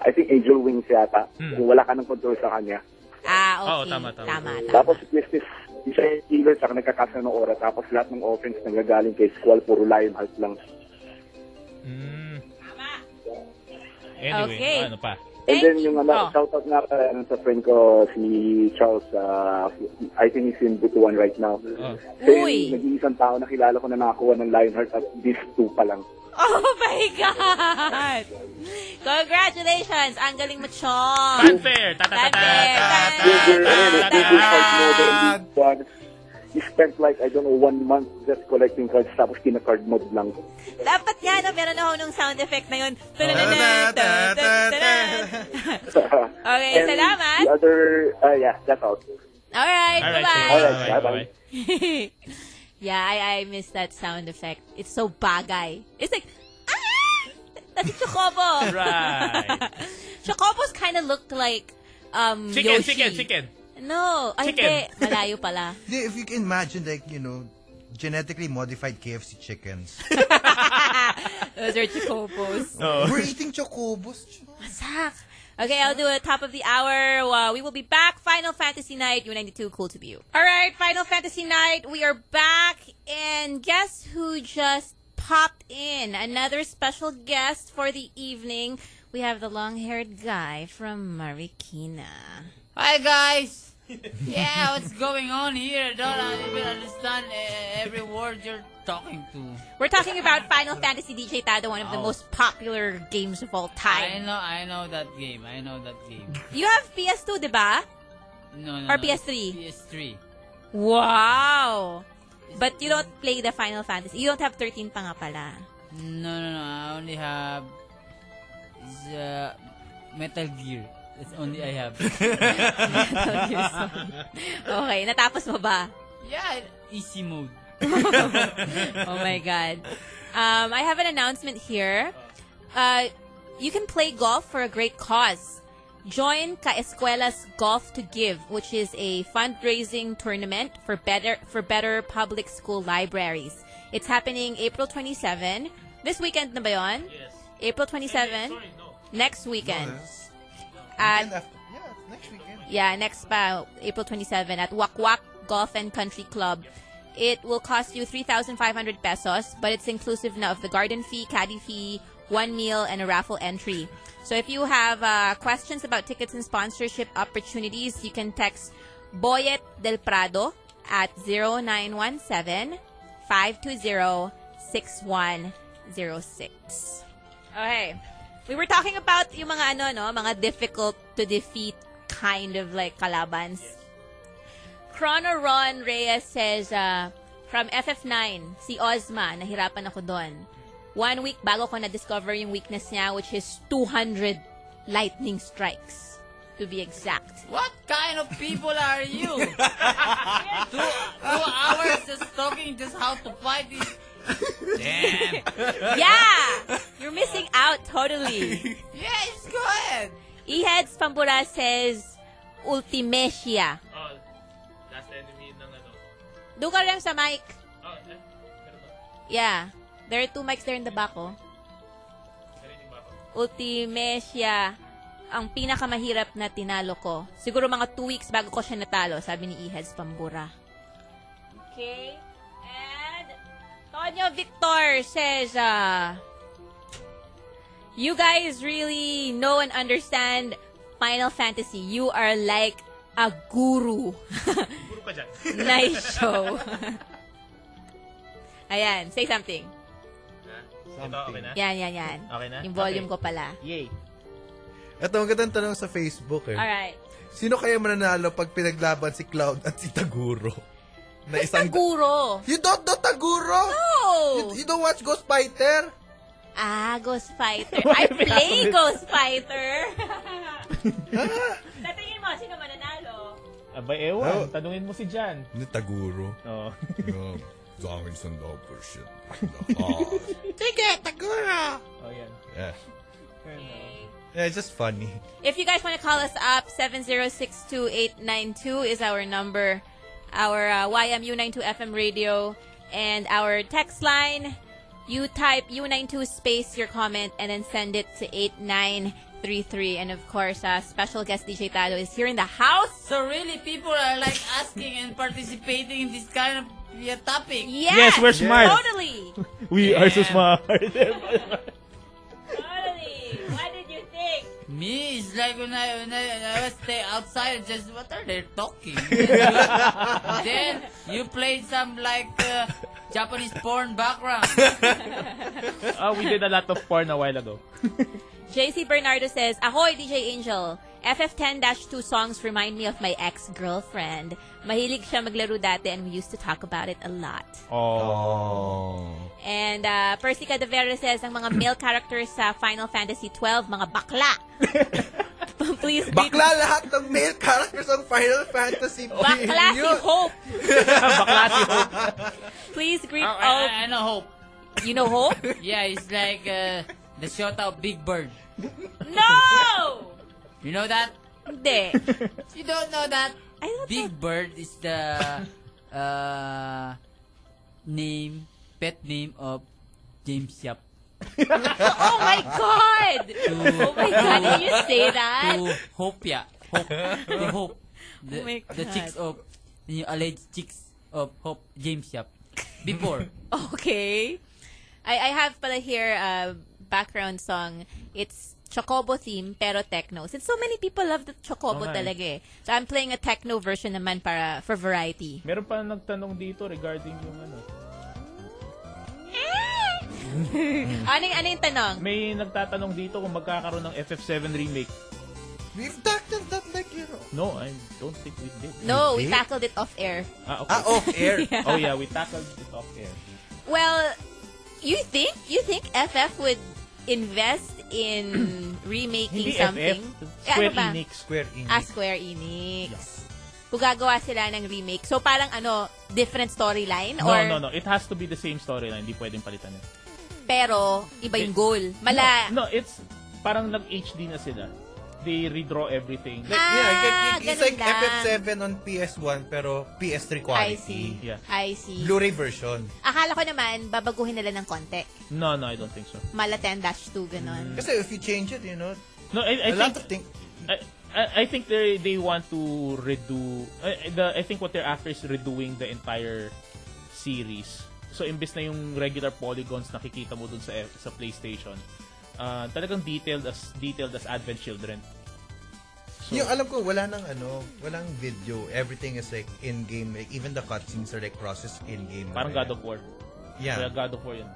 I think Angel Wings yata.
Hmm.
Yung Wala ka ng control sa kanya.
Ah, okay.
Oo, tama, tama.
tama, tama.
Tapos si Quistis, isa yung healer, saka nagkakasa ng aura. Tapos lahat ng offense nanggagaling kay Squall, puro Lionheart lang.
Mm. Anyway,
Okay.
ano pa?
And
Thank
then
you.
yung
Oh.
ano, shoutout nga pala ano, sa friend ko, si Charles, ah, I think he's in Butuan right now.
Oh.
Siya
Uy.
yung nag-iisang tao na kilala ko na nakakuha ng Lionheart at this two pa lang.
Oh my God! Congratulations! Ang galing mo, Chong!
Fanfare!
Fanfare!
Tatatata!
Google and at Google Card Model
Ah.
League He spent like, I don't know, one month just collecting cards tapos kina-card mod lang.
Dapat nga, no, meron ako nung sound effect na yun.
Ah.
Okay,
And
salamat!
The other, uh, yeah, that's all.
Alright, bye-bye!
Alright,
Alright,
sige.
bye-bye.
Bye-bye.
yeah, I, I miss that sound effect. It's so bagay. It's like, ah! That's Chocobo.
Right.
Chocobos kind of look like um,
Chicken,
Yoshi.
chicken, chicken.
No, ay
Chicken.
hindi. Malayo pala.
Di- If you can imagine, like, you know, genetically modified KFC chickens.
Those are Chocobos.
Oo.
We're eating chocobos. Chong.
Zach. Okay, I'll do a top of the hour. Uh, we will be back. Final Fantasy Night, U92, cool to be you. All right, Final Fantasy Night, we are back. And guess who just popped in? Another special guest for the evening. We have the long haired guy from Marikina.
Hi guys. Yeah, what's going on here? I don't even understand uh, every word you're talking to.
We're talking about Final Fantasy DJ Tado, one of the most popular games of all
I
time.
know, I know that game. I know that game.
You have PS2, di ba?
No, no.
Or
no,
PS3?
PS3.
Wow! But you don't play the Final Fantasy. You don't have 13 pa nga pala.
No, no, no. I only have is uh, Metal Gear. That's only I have.
okay, natapos mo ba?
yeah, easy mode.
Oh my God. Um, I have an announcement here. Uh, you can play golf for a great cause. Join Ka Escuelas Golf to Give, which is a fundraising tournament for better for better public school libraries. It's happening April 27. This weekend na ba yon?
Yes.
April 27.
Sorry, no.
Next weekend.
Yes.
At
Weekend after- yeah, it's next weekend.
Yeah, next pa, April 27 at Wakwak Golf and Country Club. It will cost you 3,500 pesos, but it's inclusive now of the garden fee, caddy fee, one meal, and a raffle entry. So if you have uh, questions about tickets and sponsorship opportunities, you can text Boyet Del Prado at 0917 520 6106. Okay. We were talking about yung mga ano, no? Mga difficult to defeat kind of like kalabans. Chronoron Reyes says, uh, From FF9, si Ozma, nahirapan ako doon. One week bago ko na-discover yung weakness niya, which is 200 lightning strikes, to be exact.
What kind of people are you? two, two hours just talking just how to fight this.
Damn!
Yeah! You're missing out totally.
Yes, go ahead.
Iheads Pampura says, Ultimesia.
Oh, last enemy ng ano.
Doon ka lang sa mic.
Oh, eh, pero ba?
Yeah. There are two mics there in the back, oh.
Narinig ba ako?
Ultimesia ang pinakamahirap na tinalo ko. Siguro mga two weeks bago ko siya natalo, sabi ni Ihez Pambura. Okay. And Tonyo Victor says, uh, You guys really know and understand Final Fantasy. You are like a guru.
Puro ka dyan.
nice show. Ayan, say something.
Ha? Ito, okay na?
Yan, yan, yan.
Okay na?
Yung volume
Okay.
ko pala.
Yay.
Ito, magandang tanong sa Facebook eh.
Alright.
Sino kaya mananalo pag pinaglaban si Cloud at si Taguro? Na isang...
Guro.
You don't know Taguro?
Oh!
You, you don't watch Ghost Fighter?
Ah, Ghost Fighter. I play Ghost Fighter. Sa tingin mo, sino mananalo?
Abay,
Oh.
ewan. Tanungin mo si Jan.
Hindi Taguro.
Oh.
No. Dangin sa love version. Sige, Taguro!
oh, yan.
Yeah.
Okay.
Yeah, it's just funny.
If you guys want to call us up, 7062892 is our number. Our uh, YMU92FM radio and our text line. You type U92 space your comment and then send it to 8933. And of course, uh, special guest DJ Tado is here in the house.
So really, people are like asking and participating in this kind of yeah, topic.
Yes,
we're smart.
Totally.
We are so smart.
Totally. What did you think?
Me is like when I when I, when I was stay outside, just what are they talking? then you play some like uh, Japanese porn background.
Oh, we did a lot of porn a while ago.
JC Bernardo says, Ahoy, DJ Angel. FF10-2 songs remind me of my ex-girlfriend. Mahilig siya maglaro dati and we used to talk about it a lot.
Oh.
Oh.
And uh, Percy Cadavera says, ang mga male characters sa Final Fantasy 12, mga bakla. Please read-
Bakla lahat ng male characters ng Final Fantasy.
Bakla si
Yun.
Hope.
Bakla si Hope.
Please greet
Oh,
all...
I, I know hope.
You know Hope?
Yeah, it's like uh, the shot of Big Bird.
No!
You know that?
Hindi.
You don't know that?
I don't
Big
know.
Bird is the uh, name, pet name of James Yap.
Oh my God! Oh my God, can you say that?
to hope yeah hope the hope the,
Oh my
the
God.
chicks of the alleged chicks of hope James Yap before
Okay. I, I have pala here a background song. It's Chocobo theme, pero techno. Since so many people love the Chocobo
Okay.
talaga eh. So I'm playing a techno version naman para for variety.
Meron pa nagtanong dito regarding yung ano.
ano, yung, ano yung tanong?
May nagtatanong dito kung magkakaroon ng FF7 remake.
We've talked on that like, you know.
No, I don't think we did.
No, we
Hindi.
tackled it off air.
Ah, okay.
Ah, off-air.
Oh yeah, we tackled it off air.
Well, you think you think FF would invest in remaking
Hindi
something?
FF.
Eh,
Square
ano ba?
Enix.
Square Enix.
Ah, Square Enix. Kung gagawa sila ng remake. So, parang ano, different storyline?
No,
or
no, no. It has to be the same storyline. Hindi pwedeng palitan yun.
Pero, iba yung goal. Mala,
No, no, it's parang nag-HD na sila. They redraw everything.
Like, yeah,
Ah,
like,
ganun
it's like
lang.
FF7 on PS1 pero PS3
I
quality.
see.
Yeah.
I see.
Blu-ray version.
Akala ko naman, babaguhin nila ng konti.
No, no, I don't think so.
Mala 10-2, ganun.
Kasi if you change it, you know,
No, I, I
a lot of
think
things.
I, I, I think they they want to redo I, the I think what they're after is redoing the entire series. So imbes na yung regular polygons nakikita mo dun sa sa PlayStation, ah, talagang detailed as detailed as Advent Children. So,
Yung alam ko, wala nang ano, walang video. Everything is like in-game. Like, even the cutscenes are like processed in-game.
parang God of War. Kaya
Oh, Yeah.
God of War yun.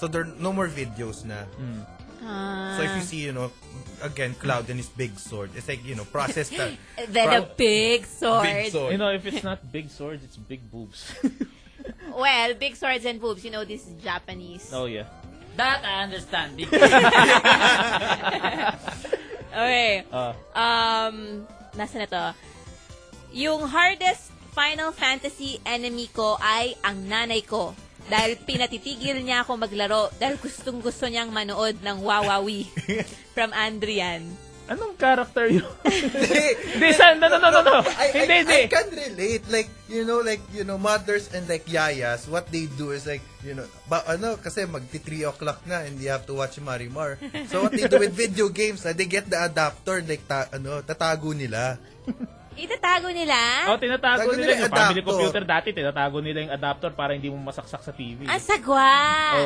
So there are no more videos na.
Hmm.
Mm.
Ah.
So if you see, you know, again, Cloud and his big sword, it's like, you know, processed the
Then a
Pro-
big sword.
big sword.
You know, if it's not big swords, it's big boobs.
Well, big swords and boobs. You know, this is Japanese.
Oh, yeah.
That I understand. Because
Okay.
Uh,
Um, nasa na to? Yung hardest Final Fantasy enemy ko ay ang nanay ko. Dahil pinatitigil niya ako maglaro dahil gustong gusto niyang manood ng Wawawi from Andrian.
anong character yun?
Hindi.
Hindi, saan? No, no, no, no, no.
I,
Hindi,
I,
hindi.
I can relate. Like, you know, like, you know, mothers and like yayas, what they do is like, you know, ba, ano, kasi magti 3 o'clock na and you have to watch Marimar. So what they do with video games, ah, they get the adapter, like, ta, ano, tatago nila.
Itatago nila?
Oh, tinatago
Tago
nila
nila yung
yung family
adaptor.
computer dati, tinatago nila yung adapter para hindi mo masaksak sa TV.
Ang sagwa!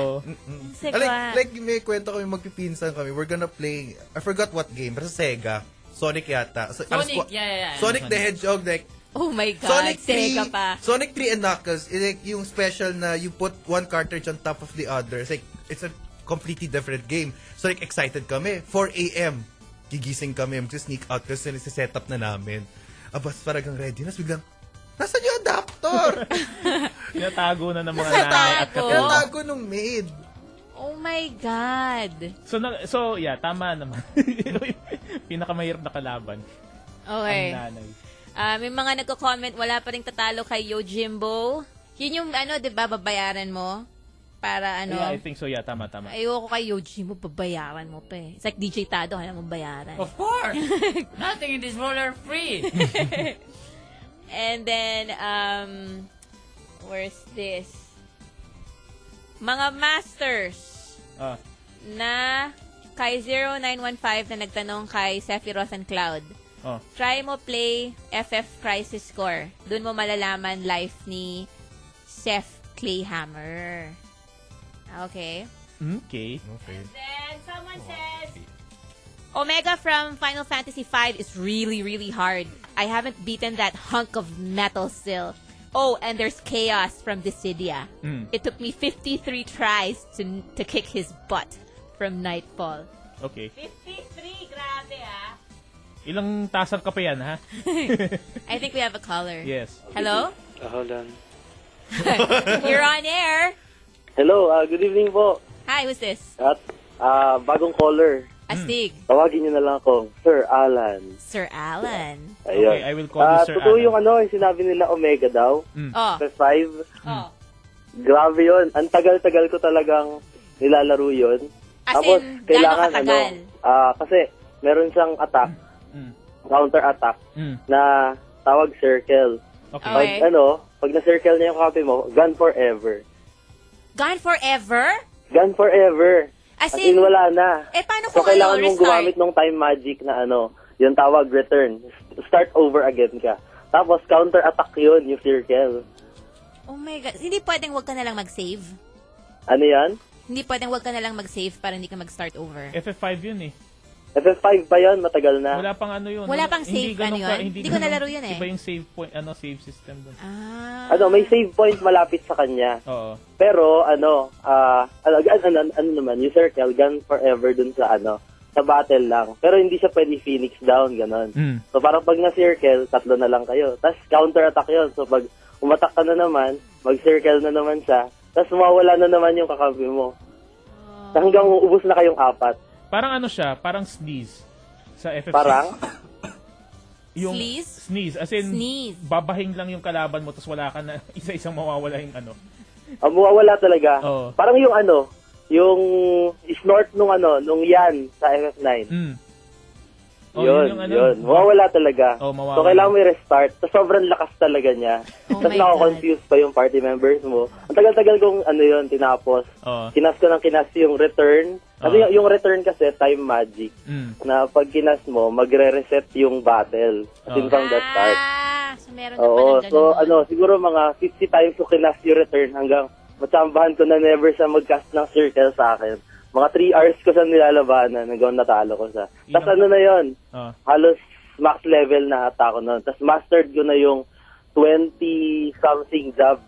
Oh.
Ang
Ah,
sagwa.
like, like, may kwento kami, magpipinsan kami, we're gonna play, I forgot what game, pero sa Sega. Sonic yata. So, alas
Sonic,
kwa-
yeah, yeah, yeah.
Sonic the Hedgehog, like,
oh my God,
Sonic 3,
Sega pa.
Sonic 3 and Knuckles, it's like yung special na you put one cartridge on top of the other. It's like, it's a completely different game. So like, excited kami. 4 a.m. Gigising kami. Mag-sneak out kasi nagsiset up na namin. Abas parang ready. Nas biglang, Nasaan yung adapter?
Tinatago na ng mga
Tinatago.
nanay at
Yung
katulong.
tago nung maid.
Oh my God.
So, na, so yeah, tama naman. Pinakamahirap na kalaban.
Okay.
Ang nanay.
Ah, may mga nagko-comment, wala pa rin tatalo kay Yojimbo. Yun yung ano, di ba, babayaran mo? Para ano,
Yeah, I think so. Yeah, tama, tama.
ayoko kay Yojimbo, babayaran mo pa eh. It's like DJ Tado, kailangan mo bayaran.
of course, nothing in this world are free.
And then, um, where's this? Mga masters
Ah,
na kay 0915 na nagtanong kay Sephiroth and Cloud.
oh.
Try mo play FF Crisis Core. Doon mo malalaman life ni Seth Clayhammer. Okay.
Hmm? Okay.
Okay.
Then someone says, Omega from Final Fantasy V is really, really hard. I haven't beaten that hunk of metal still. Oh, and there's Chaos from Dissidia.
Mm.
It took me 53 tries to, to kick his butt from Nightfall.
Okay.
53, grabe ah.
Ilang tasang ka pa yan, ha?
I think we have a caller.
Yes.
Hello?
Ah, hold on.
You're on air.
Hello, ah, good evening po.
Hi, who's this?
At ah, bagong caller.
Astig.
Tawagin niyo na lang ako, Sir Alan.
Sir Alan.
Ayun.
Okay, I will call you
Ah,
Sir
totoo
Alan.
yung ano, yung sinabi nila Omega daw.
Oh.
Sa 5.
Oh.
Grabe yun. Ang tagal-tagal ko talagang nilalaro yun.
As
Tapos,
in,
kailangan
gaano
ano,
katagal?
ah, kasi meron siyang attack,
Mm.
counter attack,
Mm.
na tawag circle.
Okay.
Okay.
Pag ano, pag na-circle niya yung copy mo, gun forever.
Gone forever?
Gun forever.
As
As
in,
in, wala na.
eh, paano
So,
kung ano,
kailangan mong
restart?
gumamit ng time magic na ano, yung tawag return. Start over again ka. Tapos, counter attack yun, yung circle.
Oh my God. Hindi pwedeng wag ka na lang mag-save.
Ano yan?
Hindi pwedeng wag ka na lang mag-save para hindi ka mag-start over.
FF5 yun eh.
FF5 pa yun, matagal na.
Wala pang ano yun.
Wala pang save,
ganun
ano
ka-
yun? Hindi ko
ganun-
nalaro yun eh.
Iba yung save point, ano, save system dun.
Ah.
Ano, may save point malapit sa kanya.
Oo.
Pero, ano, ah, ano, ano, ano, ano naman, yung circle, gun forever dun sa ano, sa battle lang. Pero hindi siya pwede phoenix down, ganon.
Mm.
So, parang pag na-circle, tatlo na lang kayo. Tapos, counter attack yun. So, pag umatak ka na naman, mag-circle na naman siya, tapos mawala na naman yung kakampi mo. Hanggang uubos na kayong apat.
Parang ano siya, parang sneeze. Sa FF6.
Parang,
Sneeze?
Sneeze. As in,
Sneeze.
babahing lang yung kalaban mo, tapos wala ka na, isa-isang mawawala yung ano.
ang Ah, mawawala talaga.
Oo.
Parang yung ano, yung snort nung ano, nung yan sa FF9.
Mm. Oh,
yun,
yung
yun,
ano.
Mawawala talaga.
Oo, mawawala.
So, kailangan mo i-restart. Tapos, sobrang lakas talaga niya.
Oh my
Tapos, nakakonfuse pa yung party members mo. Ang tagal-tagal kong ano yun, tinapos.
Oo.
Kinas ko ng kinas yung return. Kasi
Oo.
yung, yung return kasi, time magic.
Mm.
Na pag kinas mo, magre-reset yung battle. As in,
Oo.
from the start.
Ah, so meron na
Oo,
palang ganun.
so ano, siguro mga 50 times ko kinas yung return hanggang matsambahan ko na never siya mag-cast ng circle sa akin. Mga 3 hours ko siya nilalabanan hanggang natalo ko siya.
Ilang-
Tapos ano na yon
Ah.
halos max level na ata ako noon. Tapos mastered ko na yung 20-something job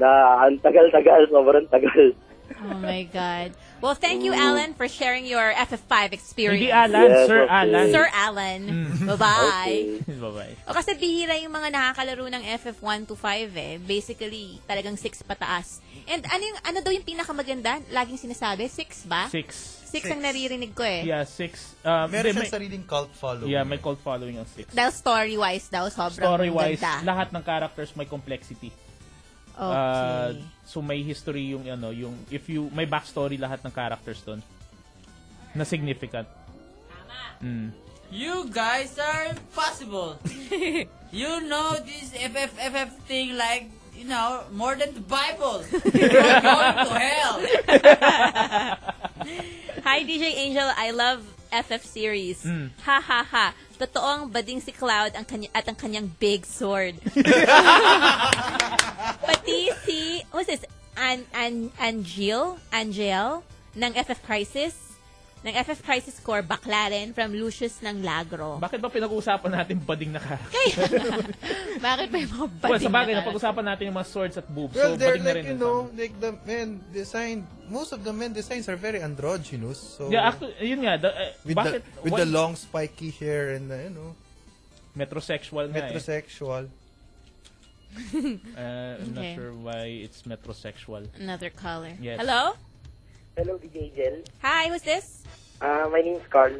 na ang tagal-tagal, sobrang tagal.
Oh my God. Well, thank
Mm.
you, Alan, for sharing your FF5 experience.
Hindi Alan,
Yes,
Sir
okay.
Alan. Mm.
Sir Alan. Bye-bye.
Bye-bye.
O kasi bihira yung mga nakakalaro ng FF1 to 5 eh. Basically, talagang 6 pataas. And ano, yung, ano daw yung pinakamaganda? Laging sinasabi? 6 ba? 6
Six.
ang naririnig ko eh.
Yeah, six. Um,
Meron
hindi,
siyang sariling cult
may,
following.
yeah, may cult following on six.
Dahil story-wise daw, sobrang
Story-wise,
ganda.
lahat ng characters may complexity.
Okay.
Uh, so may history yung ano, yung if you may backstory lahat ng characters doon na significant.
You guys are impossible. you know this FFFF thing like, you know, more than the Bible. you are going to hell.
Hi, DJ Angel. I love FF series.
Hmm.
Ha ha ha. Totoong bading si Cloud ang kanya, at ang kanyang big sword. Pati si, what's this? An, an, Angel? Angel? Ng FF Crisis? Ng FF Crisis Core, bakla rin from Lucius ng Lagro.
Bakit ba pinag-uusapan natin bading na character?
Bakit may mga bading
Well, sa bagay,
na-
napag-usapan natin yung mga swords at boobs. so,
Well, they're
bading na rin.
like, you
yun sa
know,
amin.
like the men design, most of the men designs are very androgynous. So,
Yeah, actually, yun nga. The, uh,
with,
bakit,
the, with
why-
the long spiky hair and, the, you know,
metrosexual nga eh.
metrosexual.
Uh, I'm not
Okay.
sure why it's metrosexual.
Another caller.
Yes.
Hello?
Hello, DJ Jel.
Hi, who's this?
Ah, my name's Carl.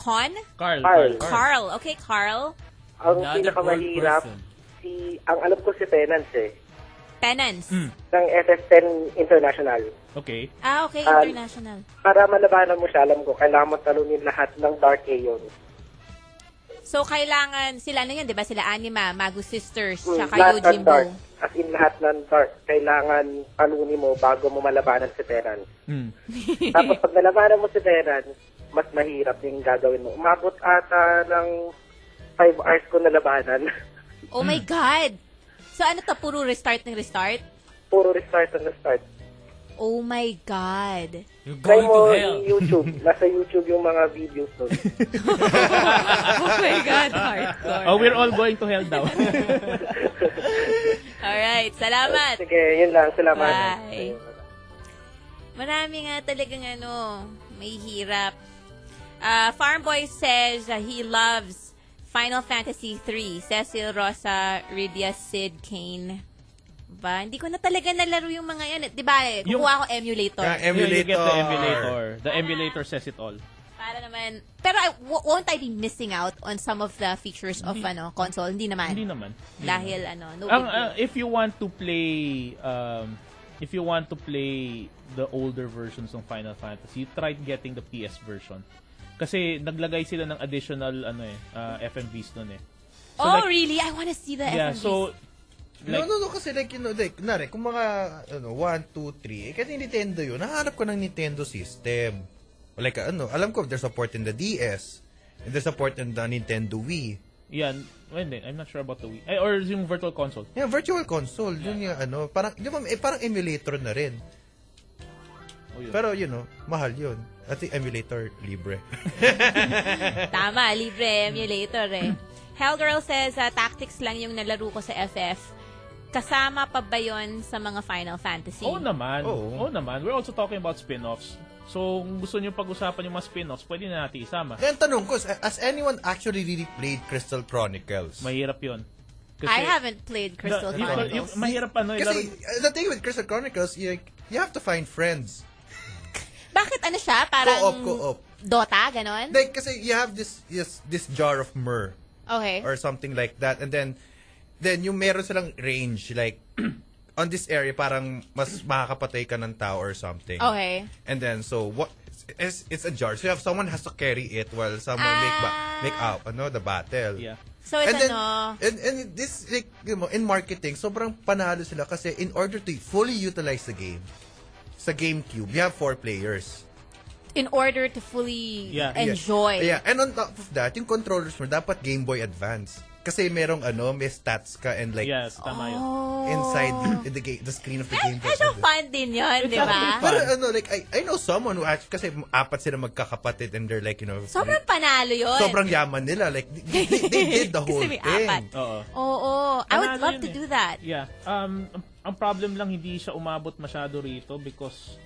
Con?
Carl.
Carl.
Carl.
Carl. Okay, Carl.
Ang
Another
pinakamahirap,
old person.
si, ang alam ko si Penance eh,
Penance.
Mm.
ng FF10 International.
Okay.
Ah, okay,
Carl.
international.
Para malabanan mo siya, alam ko, kailangan mo talunin lahat ng Dark Aeon.
So, kailangan sila na yun, di ba? Sila Anima, Magus Sisters,
Hmm,
tsaka
lahat ng
Yuji
Dark.
Bo.
As in, lahat ng Dark, kailangan talunin mo bago mo malabanan si Penance.
Hmm.
Mm.
Tapos pag nalabanan mo si Terran, mas mahirap yung gagawin mo. Umabot ata ng 5 hours ko nalabanan.
Oh my God! So, ano to? Puro restart ng restart?
Puro restart and restart.
Oh my God!
You're
Try
going to
mo
hell.
YouTube. Nasa YouTube yung mga videos doon.
oh my God, hardcore.
Oh, we're all going to hell daw.
Alright, salamat!
Sige, yun lang. Salamat.
Bye. Marami nga talagang ano, may hirap. Uh, Farm Boy says that he loves Final Fantasy 3. Cecil Rosa, Rydia, Sid, Kane. Ba? Hindi ko na talaga nalaro yung mga yan. Di ba? Eh,
Yung-
kukuha ko emulator.
Yeah,
You-
emulator.
You get the emulator. The emulator says it all.
Para naman. Pero I, w- won't I be missing out on some of the features of ano console? Hindi naman.
Hindi naman.
Dahil ano, no big
Ang,
deal.
uh, if you want to play um, if you want to play the older versions ng Final Fantasy, you try getting the PS version. Kasi naglagay sila ng additional ano eh, uh, FMVs doon eh. so
oh,
like-
really? I wanna see the
yeah,
FMVs.
so
no,
like
no, no, kasi like, you know, like, nare, kung mga, ano, 1, 2, 3, eh, kasi Nintendo yun, nahanap ko ng Nintendo system. Like, ano, alam ko, there's support in the DS, and there's support in the Nintendo Wii.
yan, well, then, I'm not sure about the Wii. Ay, or yung Virtual Console.
Yeah, virtual console, yun yung ano, parang, di ba, eh, parang emulator na rin.
Oh, yun.
Pero, you know, mahal yun. At yung emulator, libre.
Tama, libre emulator eh. Hellgirl says, ah, tactics lang yung nalaro ko sa FF. Kasama pa ba yon sa mga Final Fantasy?
Oo naman.
Oo.
Oo naman. We're also talking about spin-offs. So, kung gusto niyo pag-usapan yung mga spin-offs, pwede na natin isama.
Kaya ang tanong ko, has anyone actually really played Crystal Chronicles?
Mahirap 'yon.
I haven't played Crystal
the- you- you-
Chronicles.
mahirap ano ilaro.
Kasi, uh, the thing with Crystal Chronicles, you, like, you have to find friends.
Bakit ano siya? Parang
Co-op, co-op.
Dota, ganon?
Like, kasi you have this, yes, this jar of myrrh
Okay.
or something like that. And then, then yung meron silang range, like, on this area, parang mas makakapatay ka ng tao or something.
Okay.
And then, so, what, it's, it's a jar. So, you have, someone has to carry it while someone make, ba-
Ah.
make out, ano, the battle.
Yeah.
So it's
and then,
ano...
and, and this, like, you know, in marketing, sobrang panalo sila kasi in order to fully utilize the game, sa GameCube, you have four players.
in order to fully
Yeah.
enjoy.
Yeah. And on top of that, yung controllers mo, dapat Game Boy Advance. Kasi merong ano, may stats ka and like
Yes, tama yun.
Oh.
inside the, the game, the screen of the game. there's
Ano
other-
fun din yun, di ba?
Pero ano, like, I, I know someone who actually, kasi apat sila magkakapatid and they're like, you know,
Sobrang panalo yun.
sobrang yaman nila. Like, they, they- they did the whole
Kasi may
thing.
apat.
Oo.
Oo. I would
Panalo
love
yun
to
eh.
do that.
Yeah. Um, ang- ang problem lang hindi siya umabot masyado rito because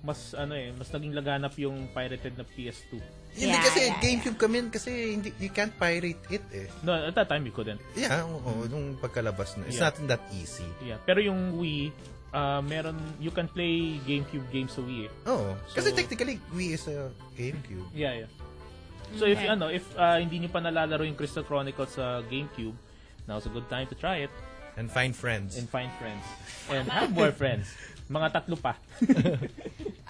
mas ano eh, mas naging laganap yung pirated na PS2.
Hindi
Yeah,
kasi
yeah,
GameCube kami yun kasi hindi, you can't pirate it eh.
No, at that time you couldn't.
Yeah, oo, nung pagkalabas na. It's
Yeah.
not that easy.
Yeah. Pero yung Wii, uh, meron you can play GameCube games sa Wii. Eh.
Oh,
So-
kasi technically, Wii is a GameCube.
Yeah, yeah. So if ano, if uh, hindi niyo pa nalalaro yung Crystal Chronicles sa GameCube, now's a good time to try it
And find friends.
and find friends and have more friends. Mga tatlo pa.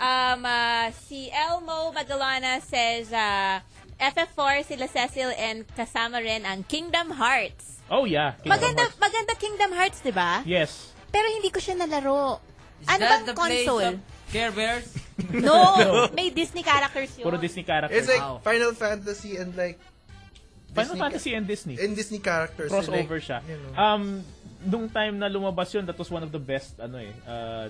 Um, uh, si Elmo Magalana says, uh, FF4 sila Cecil and kasama rin ang Kingdom Hearts.
oh yeah. Kingdom
maganda,
Hearts.
maganda Kingdom Hearts, di ba?
Yes.
Pero hindi ko siya nalaro.
Is
Ano
that
bang
the place of
console?
Care Bears?
No! May Disney characters yun.
Puro Disney characters.
It's like
Wow.
Final Fantasy and like,
Final
Disney-
Fantasy and Disney.
and Disney characters. so, like,
crossover siya.
you know.
Um, nung time na lumabas yun, that was one of the best, ano eh, uh,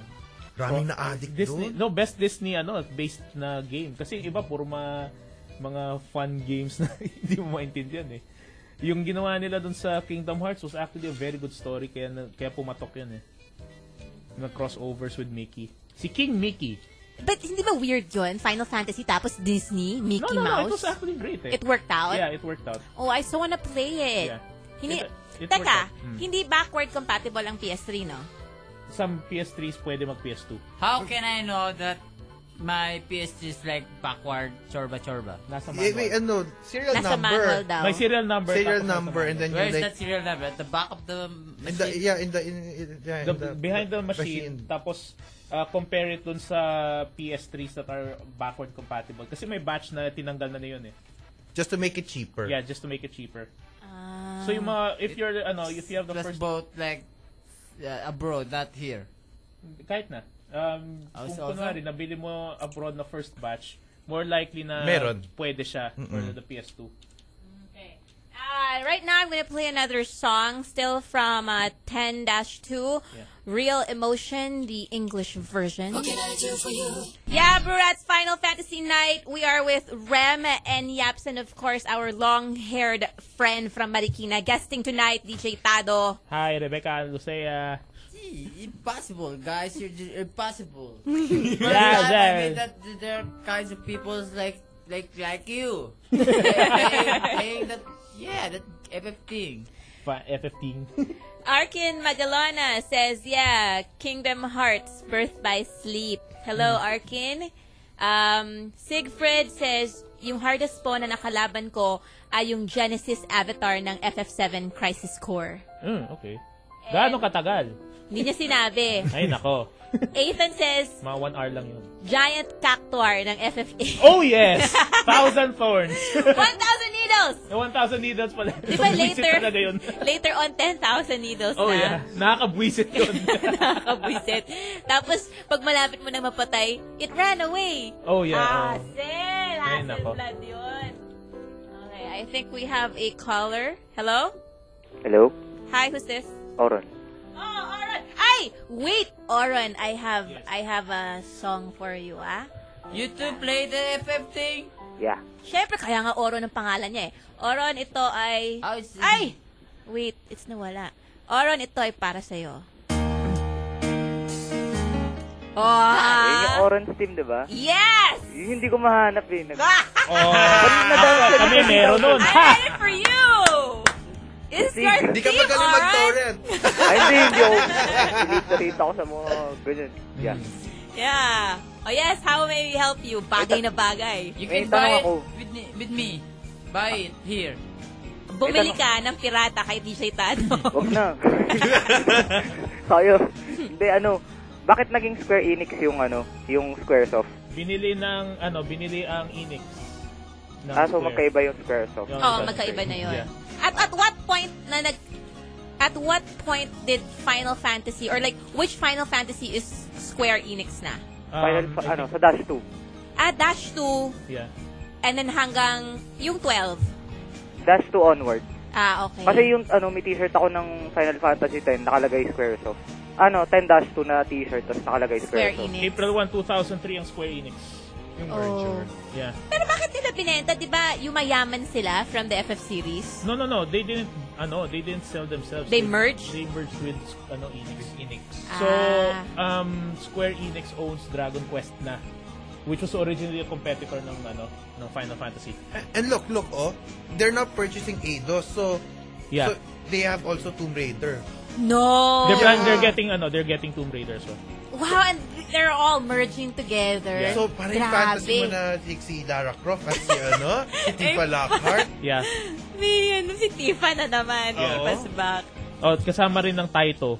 cro-
Maraming na-addict
Disney,
doon.
No, best Disney, ano, based na game. Kasi yung iba, puro mga, mga fun games na hindi mo maintindihan eh. Yung ginawa nila dun sa Kingdom Hearts was actually a very good story, kaya, na- kaya pumatok yun eh. Na crossovers with Mickey. Si King Mickey.
But hindi ba weird yun? Final Fantasy tapos Disney, Mickey
No, no, no, it
Mouse?
was actually great eh.
It worked out?
Yeah, it worked out.
Oh, I so wanna play it.
Yeah.
Hindi,
It- it
teka,
worked out. Mm.
hindi backward compatible ang PS3, no?
Some PS3s pwede mag PS2.
How can I know that my PS3 is like backward chorba chorba?
Nasa
Eh, wait,
manual.
ano, serial
Nasa
number.
manual daw.
May serial number.
Serial
tapos nasa
number
manual.
and then
Where
you
is
like,
that serial number? At the back of the
in the,
machine?
yeah, in the, in, in- yeah, in
the, behind the machine, tapos uh, compare it dun sa PS3s that are backward compatible kasi may batch na tinanggal na na yun eh
Just to make it cheaper.
yeah just to make it cheaper
Ah.
so yung mga if you're ano if you have the
Plus
first
both like uh, abroad, not here.
kahit na um,
Ah,
kung
so-
kunwari nabili mo abroad na first batch more likely na
Meron.
pwede siya for
Mm-mm.
the PS2
Okay. Uh, right now, I'm going to play another song still from uh, 10 2,
Yeah.
Real Emotion, the English version. Yeah, Brats Final Fantasy Night. We are with Rem and Yaps, and of course, our long haired friend from Marikina. Guesting tonight, DJ Tado.
hi Rebecca and Lucea
Gee, impossible, guys. You're just impossible. First
Yeah,
time I
yeah.
mean that there are kinds of people like like like you. playing, playing that, yeah, that FF thing.
Fa- FF15
Arkin Magalona says, yeah, Kingdom Hearts, Birth by Sleep. Hello,
Hmm.
Arkin. Um, Siegfried says, yung hardest po na nakalaban ko ay yung Genesis avatar ng FF7 Crisis Core.
mm, okay gaano katagal
Hindi niya sinabi.
ay nako
Ethan says,
mga 1 hour lang yun
Giant Cactuar ng FF8.
oh yes 1000 thorns
1,000 needles!
Eh, 1,000 needles pala.
Di ba later,
talaga yun.
later on 10,000 needles
Oh
na.
yeah, nakakabwisit yun.
Nakakabwisit. Tapos, pag malapit mo na mapatay, it ran away.
oh
Ah,
yeah. oh.
Hazel!
Ayun
Hazel
ako.
blood yun. Okay, I think we have a caller. Hello?
Hello?
Hi, who's this?
Oron.
Oh, Oron! Ay! Wait, Oron, I have I have a song for you, ah.
You two play the FF thing?
Yeah.
Siyempre, kaya nga Oron ang pangalan niya eh. Oron, ito ay...
Oh, it's-
Ay! Wait, it's nawala. Oron, ito ay para sa'yo.
Yun yung
Oh!
Oron Steam, di ba?
Yes!
Yun hindi ko mahanap eh. Nag-
Oh, kami meron nun.
I made it for you! It's your
Hindi
Hindi
ka
theme,
magaling
Oron!
mag-torrent.
Ay, hindi, hindi ako. Relate-relate ako sa mga ganyan. Yeah.
Yeah. Oh yes, how may we help you? Bagay na bagay.
You
May
can
tanong
buy it
ako.
with, ni- with me. Buy it here.
Bumili ka ng pirata kay DJ Tano.
Huwag na. Sayo. Hindi, ano. Bakit naging Square Enix yung ano, yung Squaresoft?
Binili ng, ano, binili ang Enix. ng
Kaso
Square.
magkaiba yung Squaresoft.
Yung
Oo,
iba.
magkaiba na yun.
Yeah.
At at what point na nag At what point did Final Fantasy or like which Final Fantasy is Square Enix na?
Um,
Final,
I
fa-
think-
ano, sa Dash 2.
Ah, Dash 2
Yeah.
and then hanggang yung 12.
Dash 2 onward.
Ah, okay.
Kasi yung ano, may t-shirt ako ng Final Fantasy 10 nakalagay Squaresoft. Ano, 10-2 na t-shirt tapos nakalagay
Square
Squaresoft.
Enix.
April 1, 2003 ang Square Enix. Yung
Oh.
merger. Yeah.
Pero bakit nila binenta? Di ba yumayaman sila from the FF series?
No, no, no. They didn't, ano, they didn't sell themselves.
They merged?
They merged with, ano, Enix. Enix.
Ah.
So, um, Square Enix owns Dragon Quest na. Which was originally a competitor ng, ano, ng Final Fantasy.
And look, look, oh, they're not purchasing Eidos, so,
Yeah.
so they have also Tomb Raider.
No!
they're, plan- they're getting, ano, they're getting Tomb Raider. So.
Wow, and they're all merging together.
Yeah.
So, parang
Grabe.
fantasy mo na like, si Lara Croft at si, ano, si
Eh.
Tifa Lockhart.
Yeah.
May ano, si Tifa na naman.
Oo.
Tifa's back.
Oh, at kasama rin ng Taito.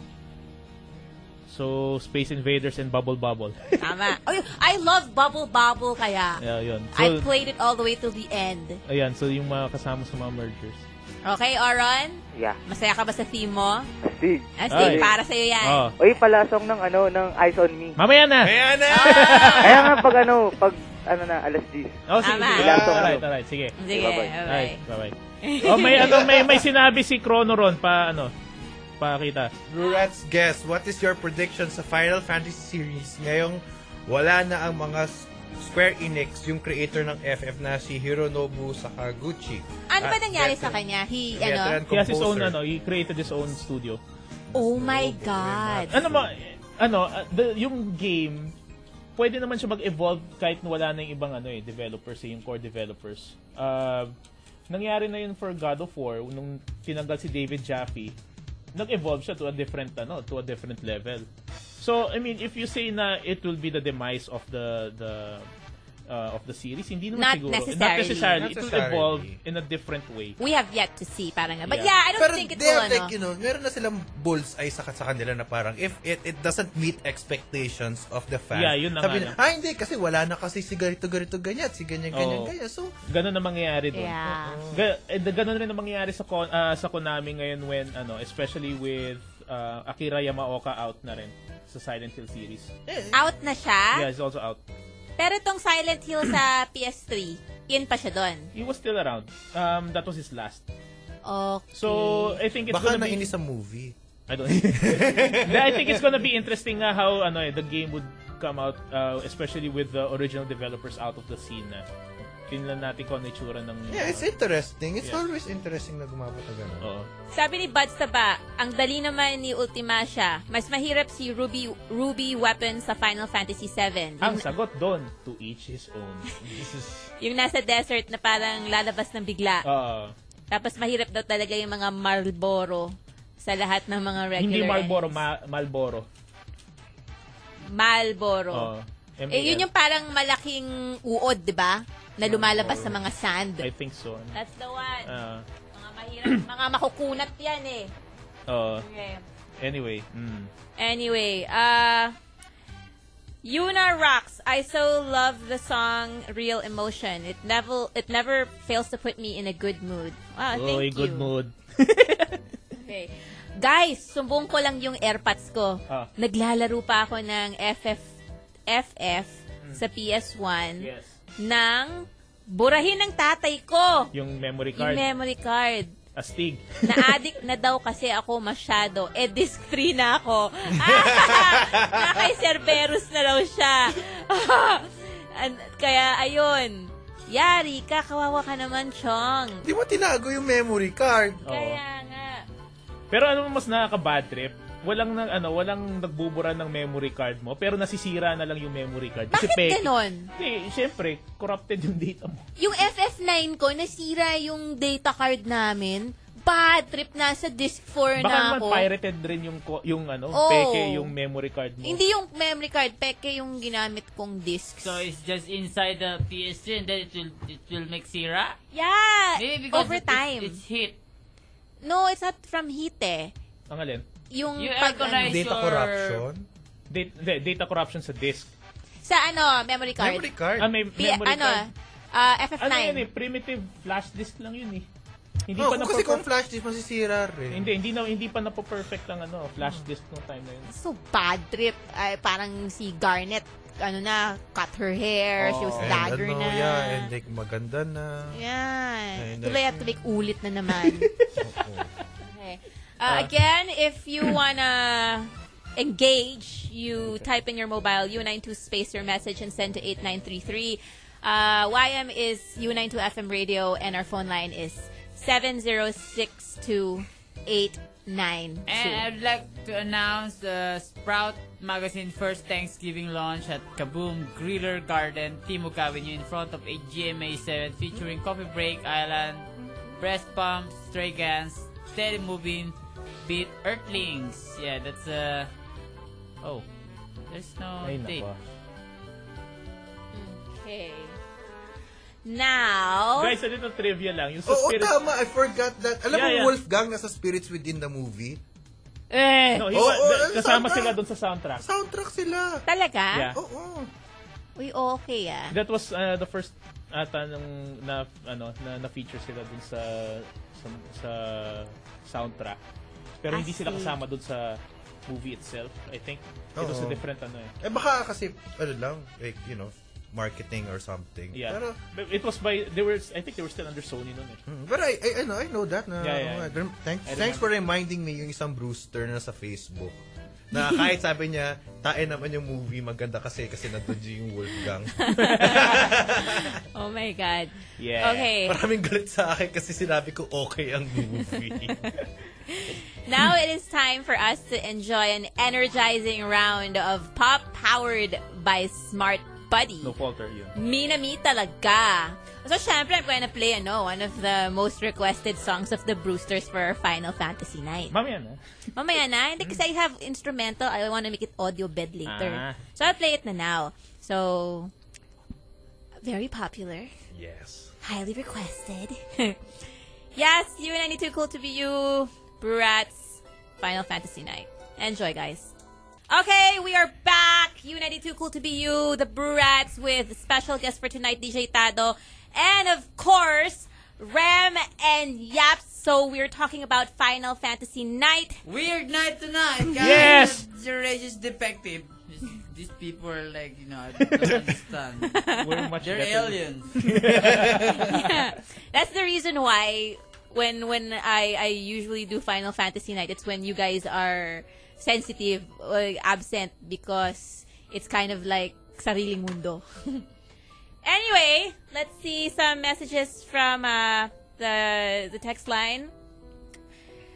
So, Space Invaders and Bubble Bubble.
Tama. Ay, I love Bubble Bobble kaya.
yeah, yun.
I
So,
played it all the way till the end.
ayan. So, yung mga kasama sa mga mergers.
Okay, Oron?
Yeah.
Masaya ka ba sa theme mo?
Sig.
Ah, Steve,
Ay.
para sa'yo yan.
Ah.
Oh.
Oy, palasong ng ano, ng Eyes on Me.
Mamaya na!
Ayan na!
Ah!
Kaya nga pag ano, pag ano na, alas 10.
Oh, sige,
Tama.
sige.
Last song.
Alright, alright, sige.
Sige,
Bye-bye.
alright.
Alright, bye-bye. Oh, may ano, may may sinabi si Chrono ron pa ano, pakita.
Rurat's guess, what is your prediction sa Final Fantasy series ngayong wala na ang mga s- Square Enix, yung creator ng FF na si Hironobu Sakaguchi.
Ano ba
Ah,
nangyari sa
veteran-
kanya? He,
Veteran
ano?
He has his own
composer.
ano, he created his own studio.
Oh my God.
Ano mo ano, uh, the, yung game pwede naman siya mag-evolve kahit na wala na yung ibang ano eh, developers, eh, yung core developers. Uh, nangyari na yun for God of War nung tinanggal si David Jaffe. Nag-evolve siya to a different ano, to a different level. So, I mean, if you say na it will be the demise of the the uh, of the series, hindi naman
Not
siguro.
necessarily.
necessarily. It will
Necessarily.
evolve in a different way.
We have yet to see, parang nga. But
Yeah.
yeah, I don't
Pero
think it
they
will,
have
ano.
like, you know, meron na silang bullseye sa, sa kanila na parang if it, it doesn't meet expectations of the fans.
Yeah, yun na
Sabi
nga, Oh.
nila, ah, hindi, kasi wala na kasi si ganito, ganito, ganyan, si ganyan, ganyan,
Oo.
ganyan. So,
Ganun ang mangyayari doon.
Yeah.
Ga- eh, ganun rin ang mangyayari sa, Kon- ah, sa Konami ngayon when, ano, especially with ah, Akira Yamaoka out na rin sa Silent Hill series.
Out na
Yeah,
siya.
he's also out.
Pero itong Silent Hill sa PS3, in pa siya doon.
He was still around. Um, that was his last.
Okay.
So, eh, I think it's
baka
gonna be...
nainis sa movie.
I don't Hindi, I think it's gonna be interesting nga how ano eh, the game would come out uh, especially with the original developers out of the scene na. Tingnan natin kung ano yung itsura ng...
Yeah, it's interesting. It's
Yeah.
always interesting na gumabot na gano'n.
Oo.
Sabi ni Buds Taba, ang dali naman ni Ultimasha. Mas mahirap si Ruby Ruby Weapon sa Final Fantasy VII. Yung,
Ang sagot doon, to each his own. This is...
yung nasa desert na parang lalabas ng bigla.
Uh,
Tapos mahirap daw talaga yung mga Marlboro sa lahat ng mga regular.
Hindi Marlboro, Oh,
enemies.
ma- Malboro.
Marlboro.
Oo. M-A-L.
Eh, yun yung parang malaking uod, di ba? Na lumalabas sa mga sand.
I think so.
That's the one.
Uh,
mga mahirap, mga makukunat yan eh.
uh,
Okay.
anyway. Mm.
Anyway, uh, Yuna rocks. I so love the song "Real Emotion." It never, it never fails to put me in a good mood. Wow,
Oy,
Ah, thank
good
you.
mood.
Okay. Guys, sumbong ko lang yung AirPods ko.
Ah.
Naglalaro pa ako ng FF FF
Hmm.
sa PS1
Yes.
ng burahin ng tatay ko.
Yung memory
Yung
card.
memory card.
Astig.
Na-addict na daw kasi ako masyado. Eh, disc free na ako. Ah, Nakay Cerberus na daw siya. An- Kaya, ayun. Yari ka, kawawa ka naman,
Oh.
Chong.
Di mo tinago yung memory card.
Oo.
Kaya nga.
Pero ano mas nakaka-bad trip? Walang nang ano, walang nagbubura ng memory card mo, pero nasisira na lang yung memory card.
Bakit ganon?
Eh, syempre, corrupted yung data mo.
Yung FF9 ko, nasira yung data card namin. Bad trip, nasa disk 4
Baka
na
naman
ako.
pirated rin yung ko- yung ano,
Oo.
peke yung memory card mo.
Hindi yung memory card, peke yung ginamit kong disks.
So it's just inside the PS3 and then it will it will make Sira?
yeah,
Maybe because
Uh, over
it-
time.
it's, it's heat.
no, it's not from heat eh.
Ang alin?
Yung
You
pag,
agonize.
ano,
Data
Sure.
corruption.
Data, data corruption sa disk.
sa ano, memory card.
Memory card.
Ah, may
P-
memory
ano,
card.
ah,
Ano
FF9.
yan eh, primitive flash disk lang yun eh. Hindi
Oh,
pa na
kasi kung flash disk, masisira rin.
Hindi, hindi na hindi pa na perfect ang ano, flash disk nung time na yun.
So bad trip. Ay, parang si Garnet, ano na, cut her hair. she was
Oh, and
dagger
ano,
na.
Yeah, and like maganda na.
Yan.
And, uh,
Tuloy at tuloy ulit na naman. okay. Uh,
Ah.
again, if you wanna engage, you type in your mobile U92 space your message and send to 8933. Uh, YM is U92 FM radio and our phone line is 7062892.
And I'd like to announce the Sprout Magazine first Thanksgiving launch at Kaboom Griller Garden, Timog Avenue in front of 8 GMA 7 featuring Coffee Break Island, Breast Pump, Stray Gans, Steady Moving, Beat Earthlings. Yeah, that's uh Oh. There's no
Ay,
date.
nako.
Okay. Now,
Guys, a little trivia lang. Yung sa
Oo,
spirit...
Oh, tama. I forgot that. Alam
Yeah,
mo,
yeah.
Wolfgang nasa Spirits Within the movie?
eh,
No, he
Oo,
wa-
oo,
the-
yung
kasama
soundtrack.
sila doon sa soundtrack.
Soundtrack sila.
talaga?
Yeah.
Oo.
Uy, okay ah.
That was uh, the first ata nung na ano na, na feature sila dun sa sa, sa soundtrack. Pero
I
hindi sila
see.
kasama dun sa movie itself, I think. It was a
Oo.
different ano eh.
Eh baka kasi, ano lang, like, you know, marketing or something.
Yeah.
Pero,
But it was by they were I think they were still under Sony noon eh.
mm, but I, I, I know, I know that na,
Yeah, yeah,
oh,
yeah.
I don't- thanks,
I
thanks for reminding me yung isang Brewster na sa Facebook. Na kahit sabi niya, tae naman yung movie, maganda kasi, kasi nandun yung Wolfgang.
Oh my God.
Yeah.
Okay.
Maraming galit sa akin kasi sinabi ko okay ang movie.
Now it is time for us to enjoy an energizing round of pop powered by Smart Buddy.
No falter yun.
Minami talaga. So, syempre, I'm going to play, ano, one of the most requested songs of the Brewsters for our Final Fantasy night.
Mamaya na.
Mamaya na, hindi kasi I have instrumental. I want to make it audio bed later.
Ah.
So, I'll play it na now. So, very popular.
yes.
highly requested. yes, you and I need to cool to be you. Brats, Final Fantasy Night. Enjoy, guys. Okay, we are back. U92 Cool to Be You, the Brats with special guest for tonight, DJ Tado, and of course, Ram and Yaps. So we're talking about Final Fantasy Night.
Weird night tonight, guys.
Yes!
The religious defective. These people are like, you know, I don't understand.
We're much
They're
better.
aliens.
That's the reason why when when I I usually do Final Fantasy night, it's when you guys are sensitive or absent because it's kind of like sariling mundo. anyway, let's see some messages from uh, the the text line.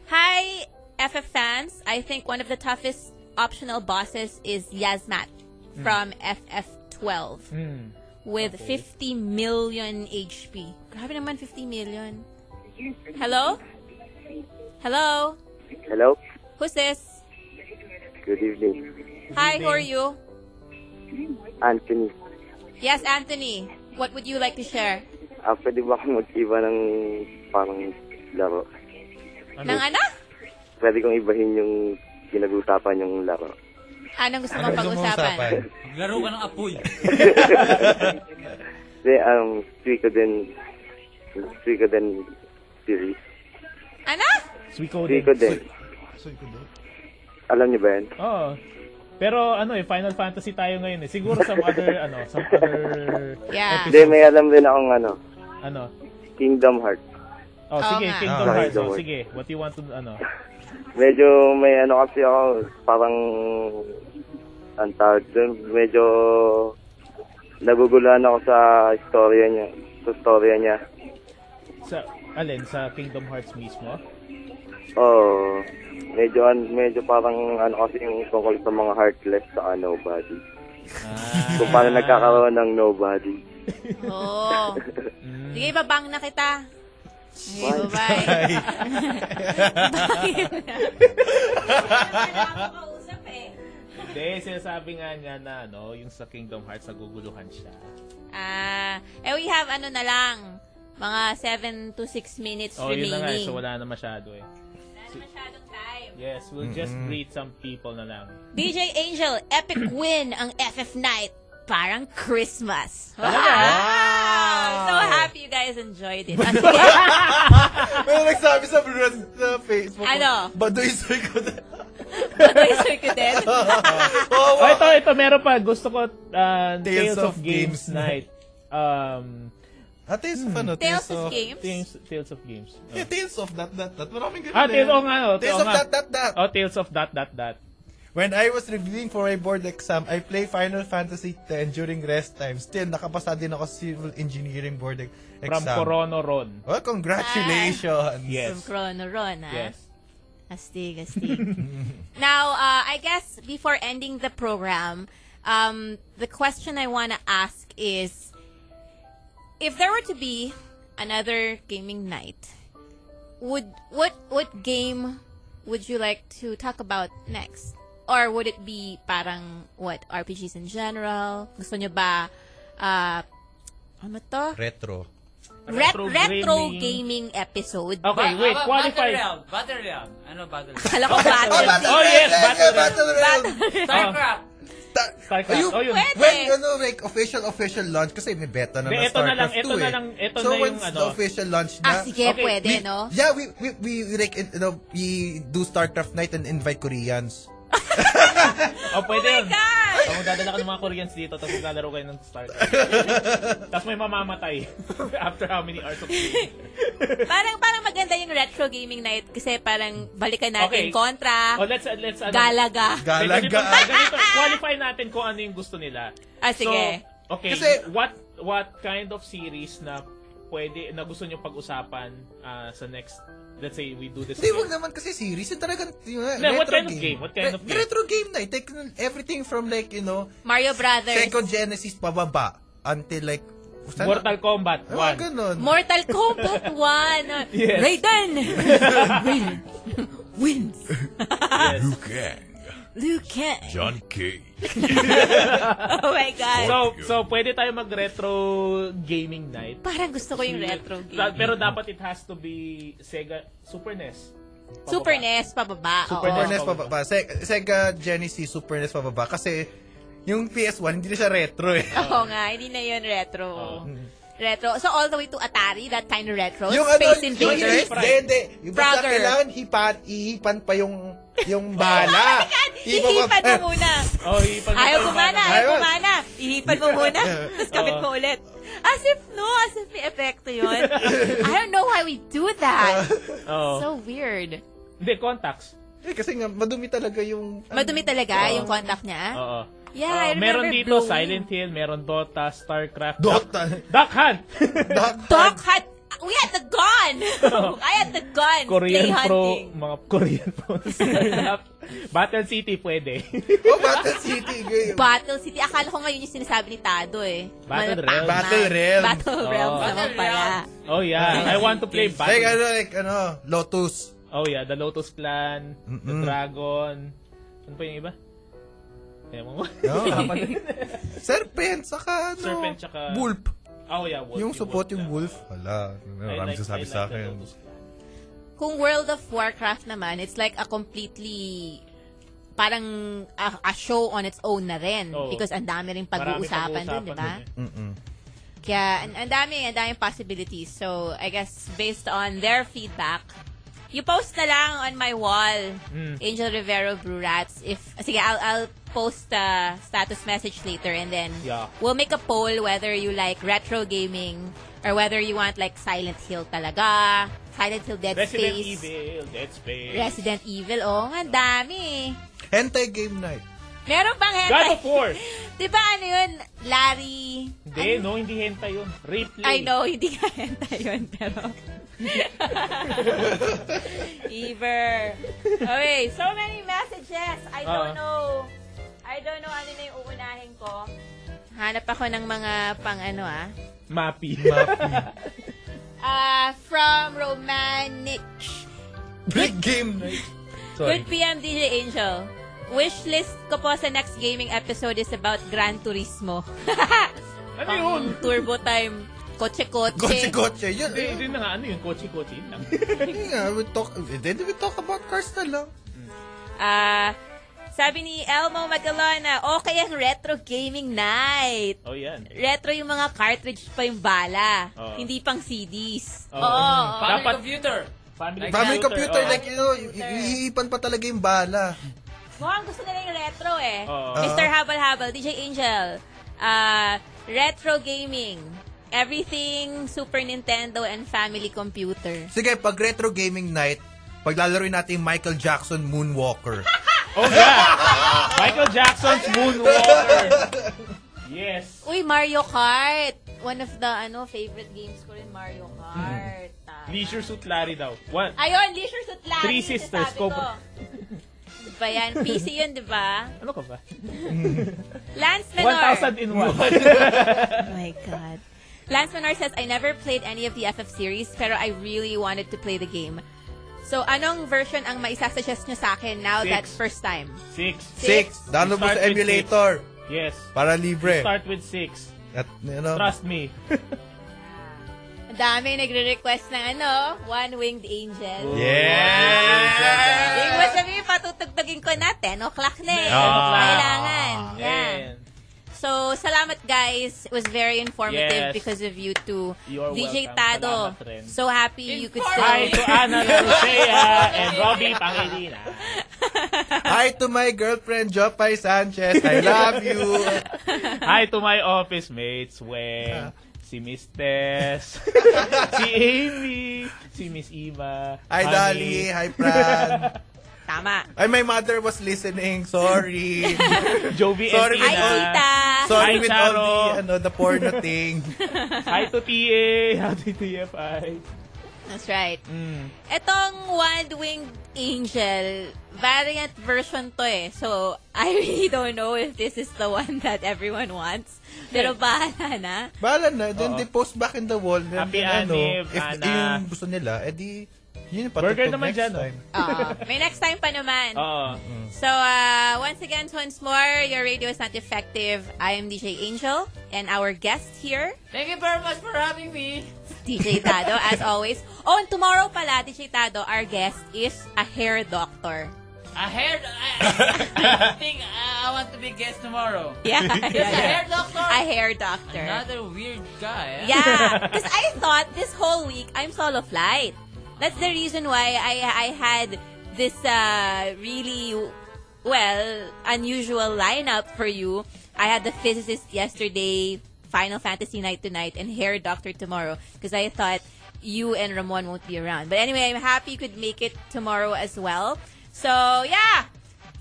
Hi, FF fans. I think one of the toughest optional bosses is Yasmat from FF12
Hmm.
with 50 million HP. Grabe naman 50 million. Hello? Hello?
Hello?
Who's this?
Good evening.
Hi, who are you?
Anthony.
Yes, Anthony. What would you like to share?
Ah, pwede ba akong mag-iba ng parang laro?
Ano?
Nang ano?
Pwede kong ibahin yung pinag-usapan yung laro.
Anong gusto
Ano
mong
gusto mong
pag-usapan?
usapan?
Maglaro ka ng apoy.
Hindi, um, Suiko din. Suiko din series.
Ano?
Suikoden.
Suiko din. Alam niyo ba yan?
Oo. Pero ano eh, Final Fantasy tayo ngayon eh. Siguro some other, ano, some other
Yeah.
Hindi, may alam din akong ano,
Ano?
Kingdom Hearts.
Oh,
Oo
sige,
nga.
Kingdom
Ah,
Hearts.
Kingdom
Oh,
Hearts.
sige, what you want to, ano?
Medyo may ano kasi ako, parang, ang tawag doon, medyo naguguluhan ako sa istorya niya. Sa storya niya.
Sa, alin, sa Kingdom Hearts mismo?
Oo. Oh, Medyo, an- medyo parang ano kasi yung tungkol sa mga heartless sa nobody.
Ah.
Kung paano nagkakaroon ng nobody.
Oh. Sige, babang na kita. Okay, bye-bye. Bakit? Wala akong kausap eh.
Hindi, sinasabi nga niya na, ano, yung sa Kingdom Hearts, naguguluhan siya.
Ah, eh we have ano na lang, mga 7 to 6 minutes
Oh, yun
remaining.
na nga, eh, so wala na masyado eh.
Wala na masyadong time.
Yes, we'll just greet some people na lang.
DJ Angel, epic win ang Ah. FF Night. Parang Christmas. Wow! I'm so happy you guys enjoyed it. Ah, sige.
May nagsabi sa Bruce na Facebook.
Ano?
Badoy sir ko na.
Badoy sir ko din.
Oh,
Oh, ito, ito, meron pa. Gusto ko uh,
Tales
Tales,
of
of Games,
Games
Night. Um,
Ah, Tales of ano?
Tales of Games?
Tales, Tales of Games. Oh.
Yeah, Tales of that, that, that. Maraming ganun
Ah,
eh.
Tales, oh nga, oh,
Tales
oh
of
nga.
that, that, that.
Oh, Tales of dot, dot, dot.
When I was reviewing for my board exam, I play Final Fantasy X during rest time. Still, nakapasa din ako sa civil engineering board ex-
From
exam.
Corono Ron.
Well, congratulations.
Yes.
From Chrono Ron, ah.
Yes.
Astig, astig. now, uh, I guess before ending the program, um, the question I want to ask is if there were to be another gaming night, would what what game would you like to talk about next? Or would it be parang what RPGs in general? Gusto nyo ba uh, ano to?
Retro.
Ret-
Retro
retro,
gaming.
gaming episode.
Okay,
Ba-
wait,
ba- Battle
qualify.
Realm. Battle Realm. Ano Battle Realm?
Akala ko
Oh,
battle.
Battle
Oh, yes,
Realm,
Battle Realm.
Battle Realm.
Ah,
Starcraft.
Ta-
Starcraft.
Ayun,
Oh, yun.
Pwede.
When, ano, like, official, official launch, kasi may beta na
Hindi,
na
eto na lang, eto
StarCraft 2
na lang,
eh.
eto
so,
na yung
once the
ano.
official launch na,
Ah, sige,
Okay,
pwede,
we,
no?
Yeah, we, we, we, like, you know, we do StarCraft night and invite Koreans.
Oh, pwede yun.
God!
Oh, magdadala ka ng mga Koreans dito, tapos maglalaro kayo ng Starcraft. tapos may mamamatay after how many hours of play.
parang parang maganda yung retro gaming night kasi parang balikan natin
Okay.
kontra,
Oh, let's, let's, ano,
galaga.
Ganito,
Galaga.
ganito, qualify natin kung ano yung gusto nila.
Ah, sige.
So, okay,
Kasi-
what what kind of series na pwede na gusto niyo pag-usapan ah, sa next let's say we do this
Hindi,
again.
wag naman kasi series. Yung talagang, yung, uh,
No, what
retro
kind of game? What kind of
Re-
game?
Retro game night. Like, everything from like, you know,
Mario Brothers,
Second Genesis pababa until like, saan-
Mortal Kombat
Ah,
1.
ganun.
Mortal Kombat 1,
Yes.
Raiden, win, wins,
Yes.
Liu Kang.
John K.
Oh my God.
So, so pwede tayo mag-retro gaming night.
parang gusto ko yung retro
Da-
game.
Pero dapat it has to be Sega Super NES. Pababa.
Super E NES, pababa.
Super
oo.
E
Super NES
NES pababa.
pababa. Se- Sega Genesis Super NES pababa kasi yung PS1 hindi na siya retro eh.
Oo nga, hindi na yun retro.
Oo.
Retro. So all the way to Atari, that kind of retro.
yung
Space
ano, yung
Invaders.
Hindi, hindi. Yung Basta
Frogger.
kailangan hipan, ihipan pa yung yung bala.
Ihipan mo muna.
Oh, ipag-
Ayaw gumana, ayaw
Ayaw.
gumana. Ihipan mo muna, tapos kapit mo ulit. As if no, as if may epekto yun. I don't know why we do that.
Oh.
So weird.
Hindi, contacts.
Eh, kasi nga, madumi talaga yung...
Madumi talaga yung contact niya.
Oo.
Yeah,
Oo,
I remember
meron dito
blowing.
Silent Hill, meron Dota, StarCraft,
Dota.
Duck Hunt.
Dog had, we had the gun. I had the gun.
Korean
Play
Pro,
hunting.
mga Korean Pro. Battle City pwede.
Oh, Battle City game.
Battle City. Akala ko ngayon yung sinasabi ni Tado eh.
Battle
Malapang na.
Realm.
Battle Realm.
Battle Realm
Oh.
naman
Battle
pala.
oh yeah, I want to play
Like,
Battle.
ano, like, ano, Lotus.
Oh yeah, the Lotus Clan, the Dragon. Ano pa yung iba? Ewan ko.
No. Serpent, saka ano.
Serpent, tsaka-
Wolf.
Oh yeah, Wolf.
yung support yung
yeah.
wolf. Hala,
I
maraming
like-
sasabi
I
sa
like the
akin.
Lotus Clan.
Kung World of Warcraft naman, it's like a completely parang a, a show on its own na rin
Oo.
because ang dami rin
Marami
pag-uusapan dun, di ba?
pag-uusapan
Kaya ang, ang dami, ang daming possibilities. So, I guess based on their feedback, you post na lang on my wall,
Mm.
Angel Rivero Brew Rats. If, sige, I'll, I'll post a status message later and then
Yeah.
we'll make a poll whether you like retro gaming or whether you want like Silent Hill talaga, Silent Hill Dead
Resident
Space.
Evil, Dead Space.
Resident Evil. Oo, nga, ang dami.
Hentai game night.
Meron bang
God
hentai?
of War!
Di ba ano yun? Larry...
Hindi, no, hindi hentai yun. Replay.
I know, hindi nga hentai yun, pero... Ever. Okay, so many messages. I don't
Ah.
know. I don't know ano na yung uunahin ko. Hanap ako ng mga pang ano ah.
Mappy.
Ah, from Romanich.
Big game night.
Good PM, DJ Angel. Wish list ko po sa next gaming episode is about Gran Turismo.
Ano
Pang
yun?
Turbo time. Kotse-kotse.
Gotcha, gotcha. Yun,
Hindi, hindi na nga, ano yun? Kochi-kochi lang.
yun nga, we talk, then we talk about cars na lang.
Ah, Sabi ni Elmo Magalona, okay ang retro gaming night.
Oh, yan.
Retro yung mga cartridge pa yung bala.
Oo.
Hindi pang CDs. Oo.
Oo.
Family
Dapat-
computer.
Family
Family computer,
oh.
like, you know, y- y- iipan pa talaga yung bala.
Mukhang gusto nila yung retro eh.
Oo.
Mr. Habal-Habal, DJ Angel, uh, retro gaming. Everything Super Nintendo and family computer.
Sige, pag retro gaming night, paglalaroin natin yung Michael Jackson Moonwalker.
Oh, yeah. Michael Jackson's Moonwalker. Yes.
Uy, Mario Kart! One of the ano favorite games ko rin, Mario Kart. Tama.
Hmm. Leisure Suit Larry daw. What?
Ayun, Leisure Suit Larry.
Three sisters,
sasabi ko.
Cobra.
Ano ba yan? PC yun, di ba?
Ano ka ba?
Lance Menor.
1,000 in one.
Oh my God. Lance Menor says, I never played any of the FF series, pero I really wanted to play the game. So, anong version ang maisasuggest nyo sa akin now
Six.
that first time?
Six.
Six. Download mo
Start
sa
with
emulator.
Yes.
Para libre.
Start with six.
At, you know,
Trust me.
Ang dami nagre-request ng ano, One-Winged Angel.
Yeah!
Yung mo sabi, patutugtugin ko na, 10 o'clock na eh.
Ah.
Kailangan. Yan.
And
So, salamat guys. It was very informative
Yes.
because of you two.
You're
DJ
welcome.
Tado,
Salamat rin.
so happy you could still...
hi to Ana Lucea and Robbie Pangilina.
hi to my girlfriend, Jopay Sanchez. I love you.
Hi to my office mates, Weng, si Miss Tess, si Amy, si Miss Eva.
Hi,
Honey.
Dolly. Hi, Fran.
Tama.
Ay, my mother was listening. Sorry.
Jovi and
Sorry,
Hi,
Tina.
Hi,
Tita!
Sorry
Hi,
with
Charo.
all the, ano, the porno thing.
Hi to TA. Hi to TFI.
That's right.
Mm.
Etong Wild-Winged Angel, variant version to eh. So, I really don't know if this is the one that everyone wants. Pero bahala na.
Bahala na.
Oo.
Then they post back in the wall. And
Oh. Happy
then, ano,
Anib,
if
Ana.
yung gusto nila, edi, yun yung
Burger
patutog
naman
next
dyan, oh. no?
time.
Ah, may next time pa naman.
Oo.
So, uh, once again, once more, your radio is not effective. I am DJ Angel, and our guest here,
Thank you very much for having me.
DJ Tado, as always. Oh, and tomorrow pala, DJ Tado, our guest is a hair doctor.
A hair... I, I think I want to be guest tomorrow.
Yeah.
There's a hair doctor.
A hair doctor.
Another weird guy. eh?
Yeah, because I thought this whole week I'm solo flight. That's the reason why I I had this uh, really well unusual lineup for you. I had the physicist yesterday, Final Fantasy night tonight, and Hair Doctor tomorrow because I thought you and Ramon won't be around. But anyway, I'm happy you could make it tomorrow as well. So yeah,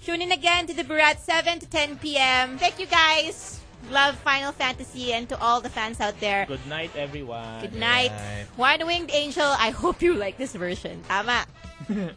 tune in again to the Burat 7 to 10 p.m. Thank you guys. Love Final Fantasy and to all the fans out there.
Good night, everyone.
Good night. Wide Winged Angel, I hope you like this version. Tama.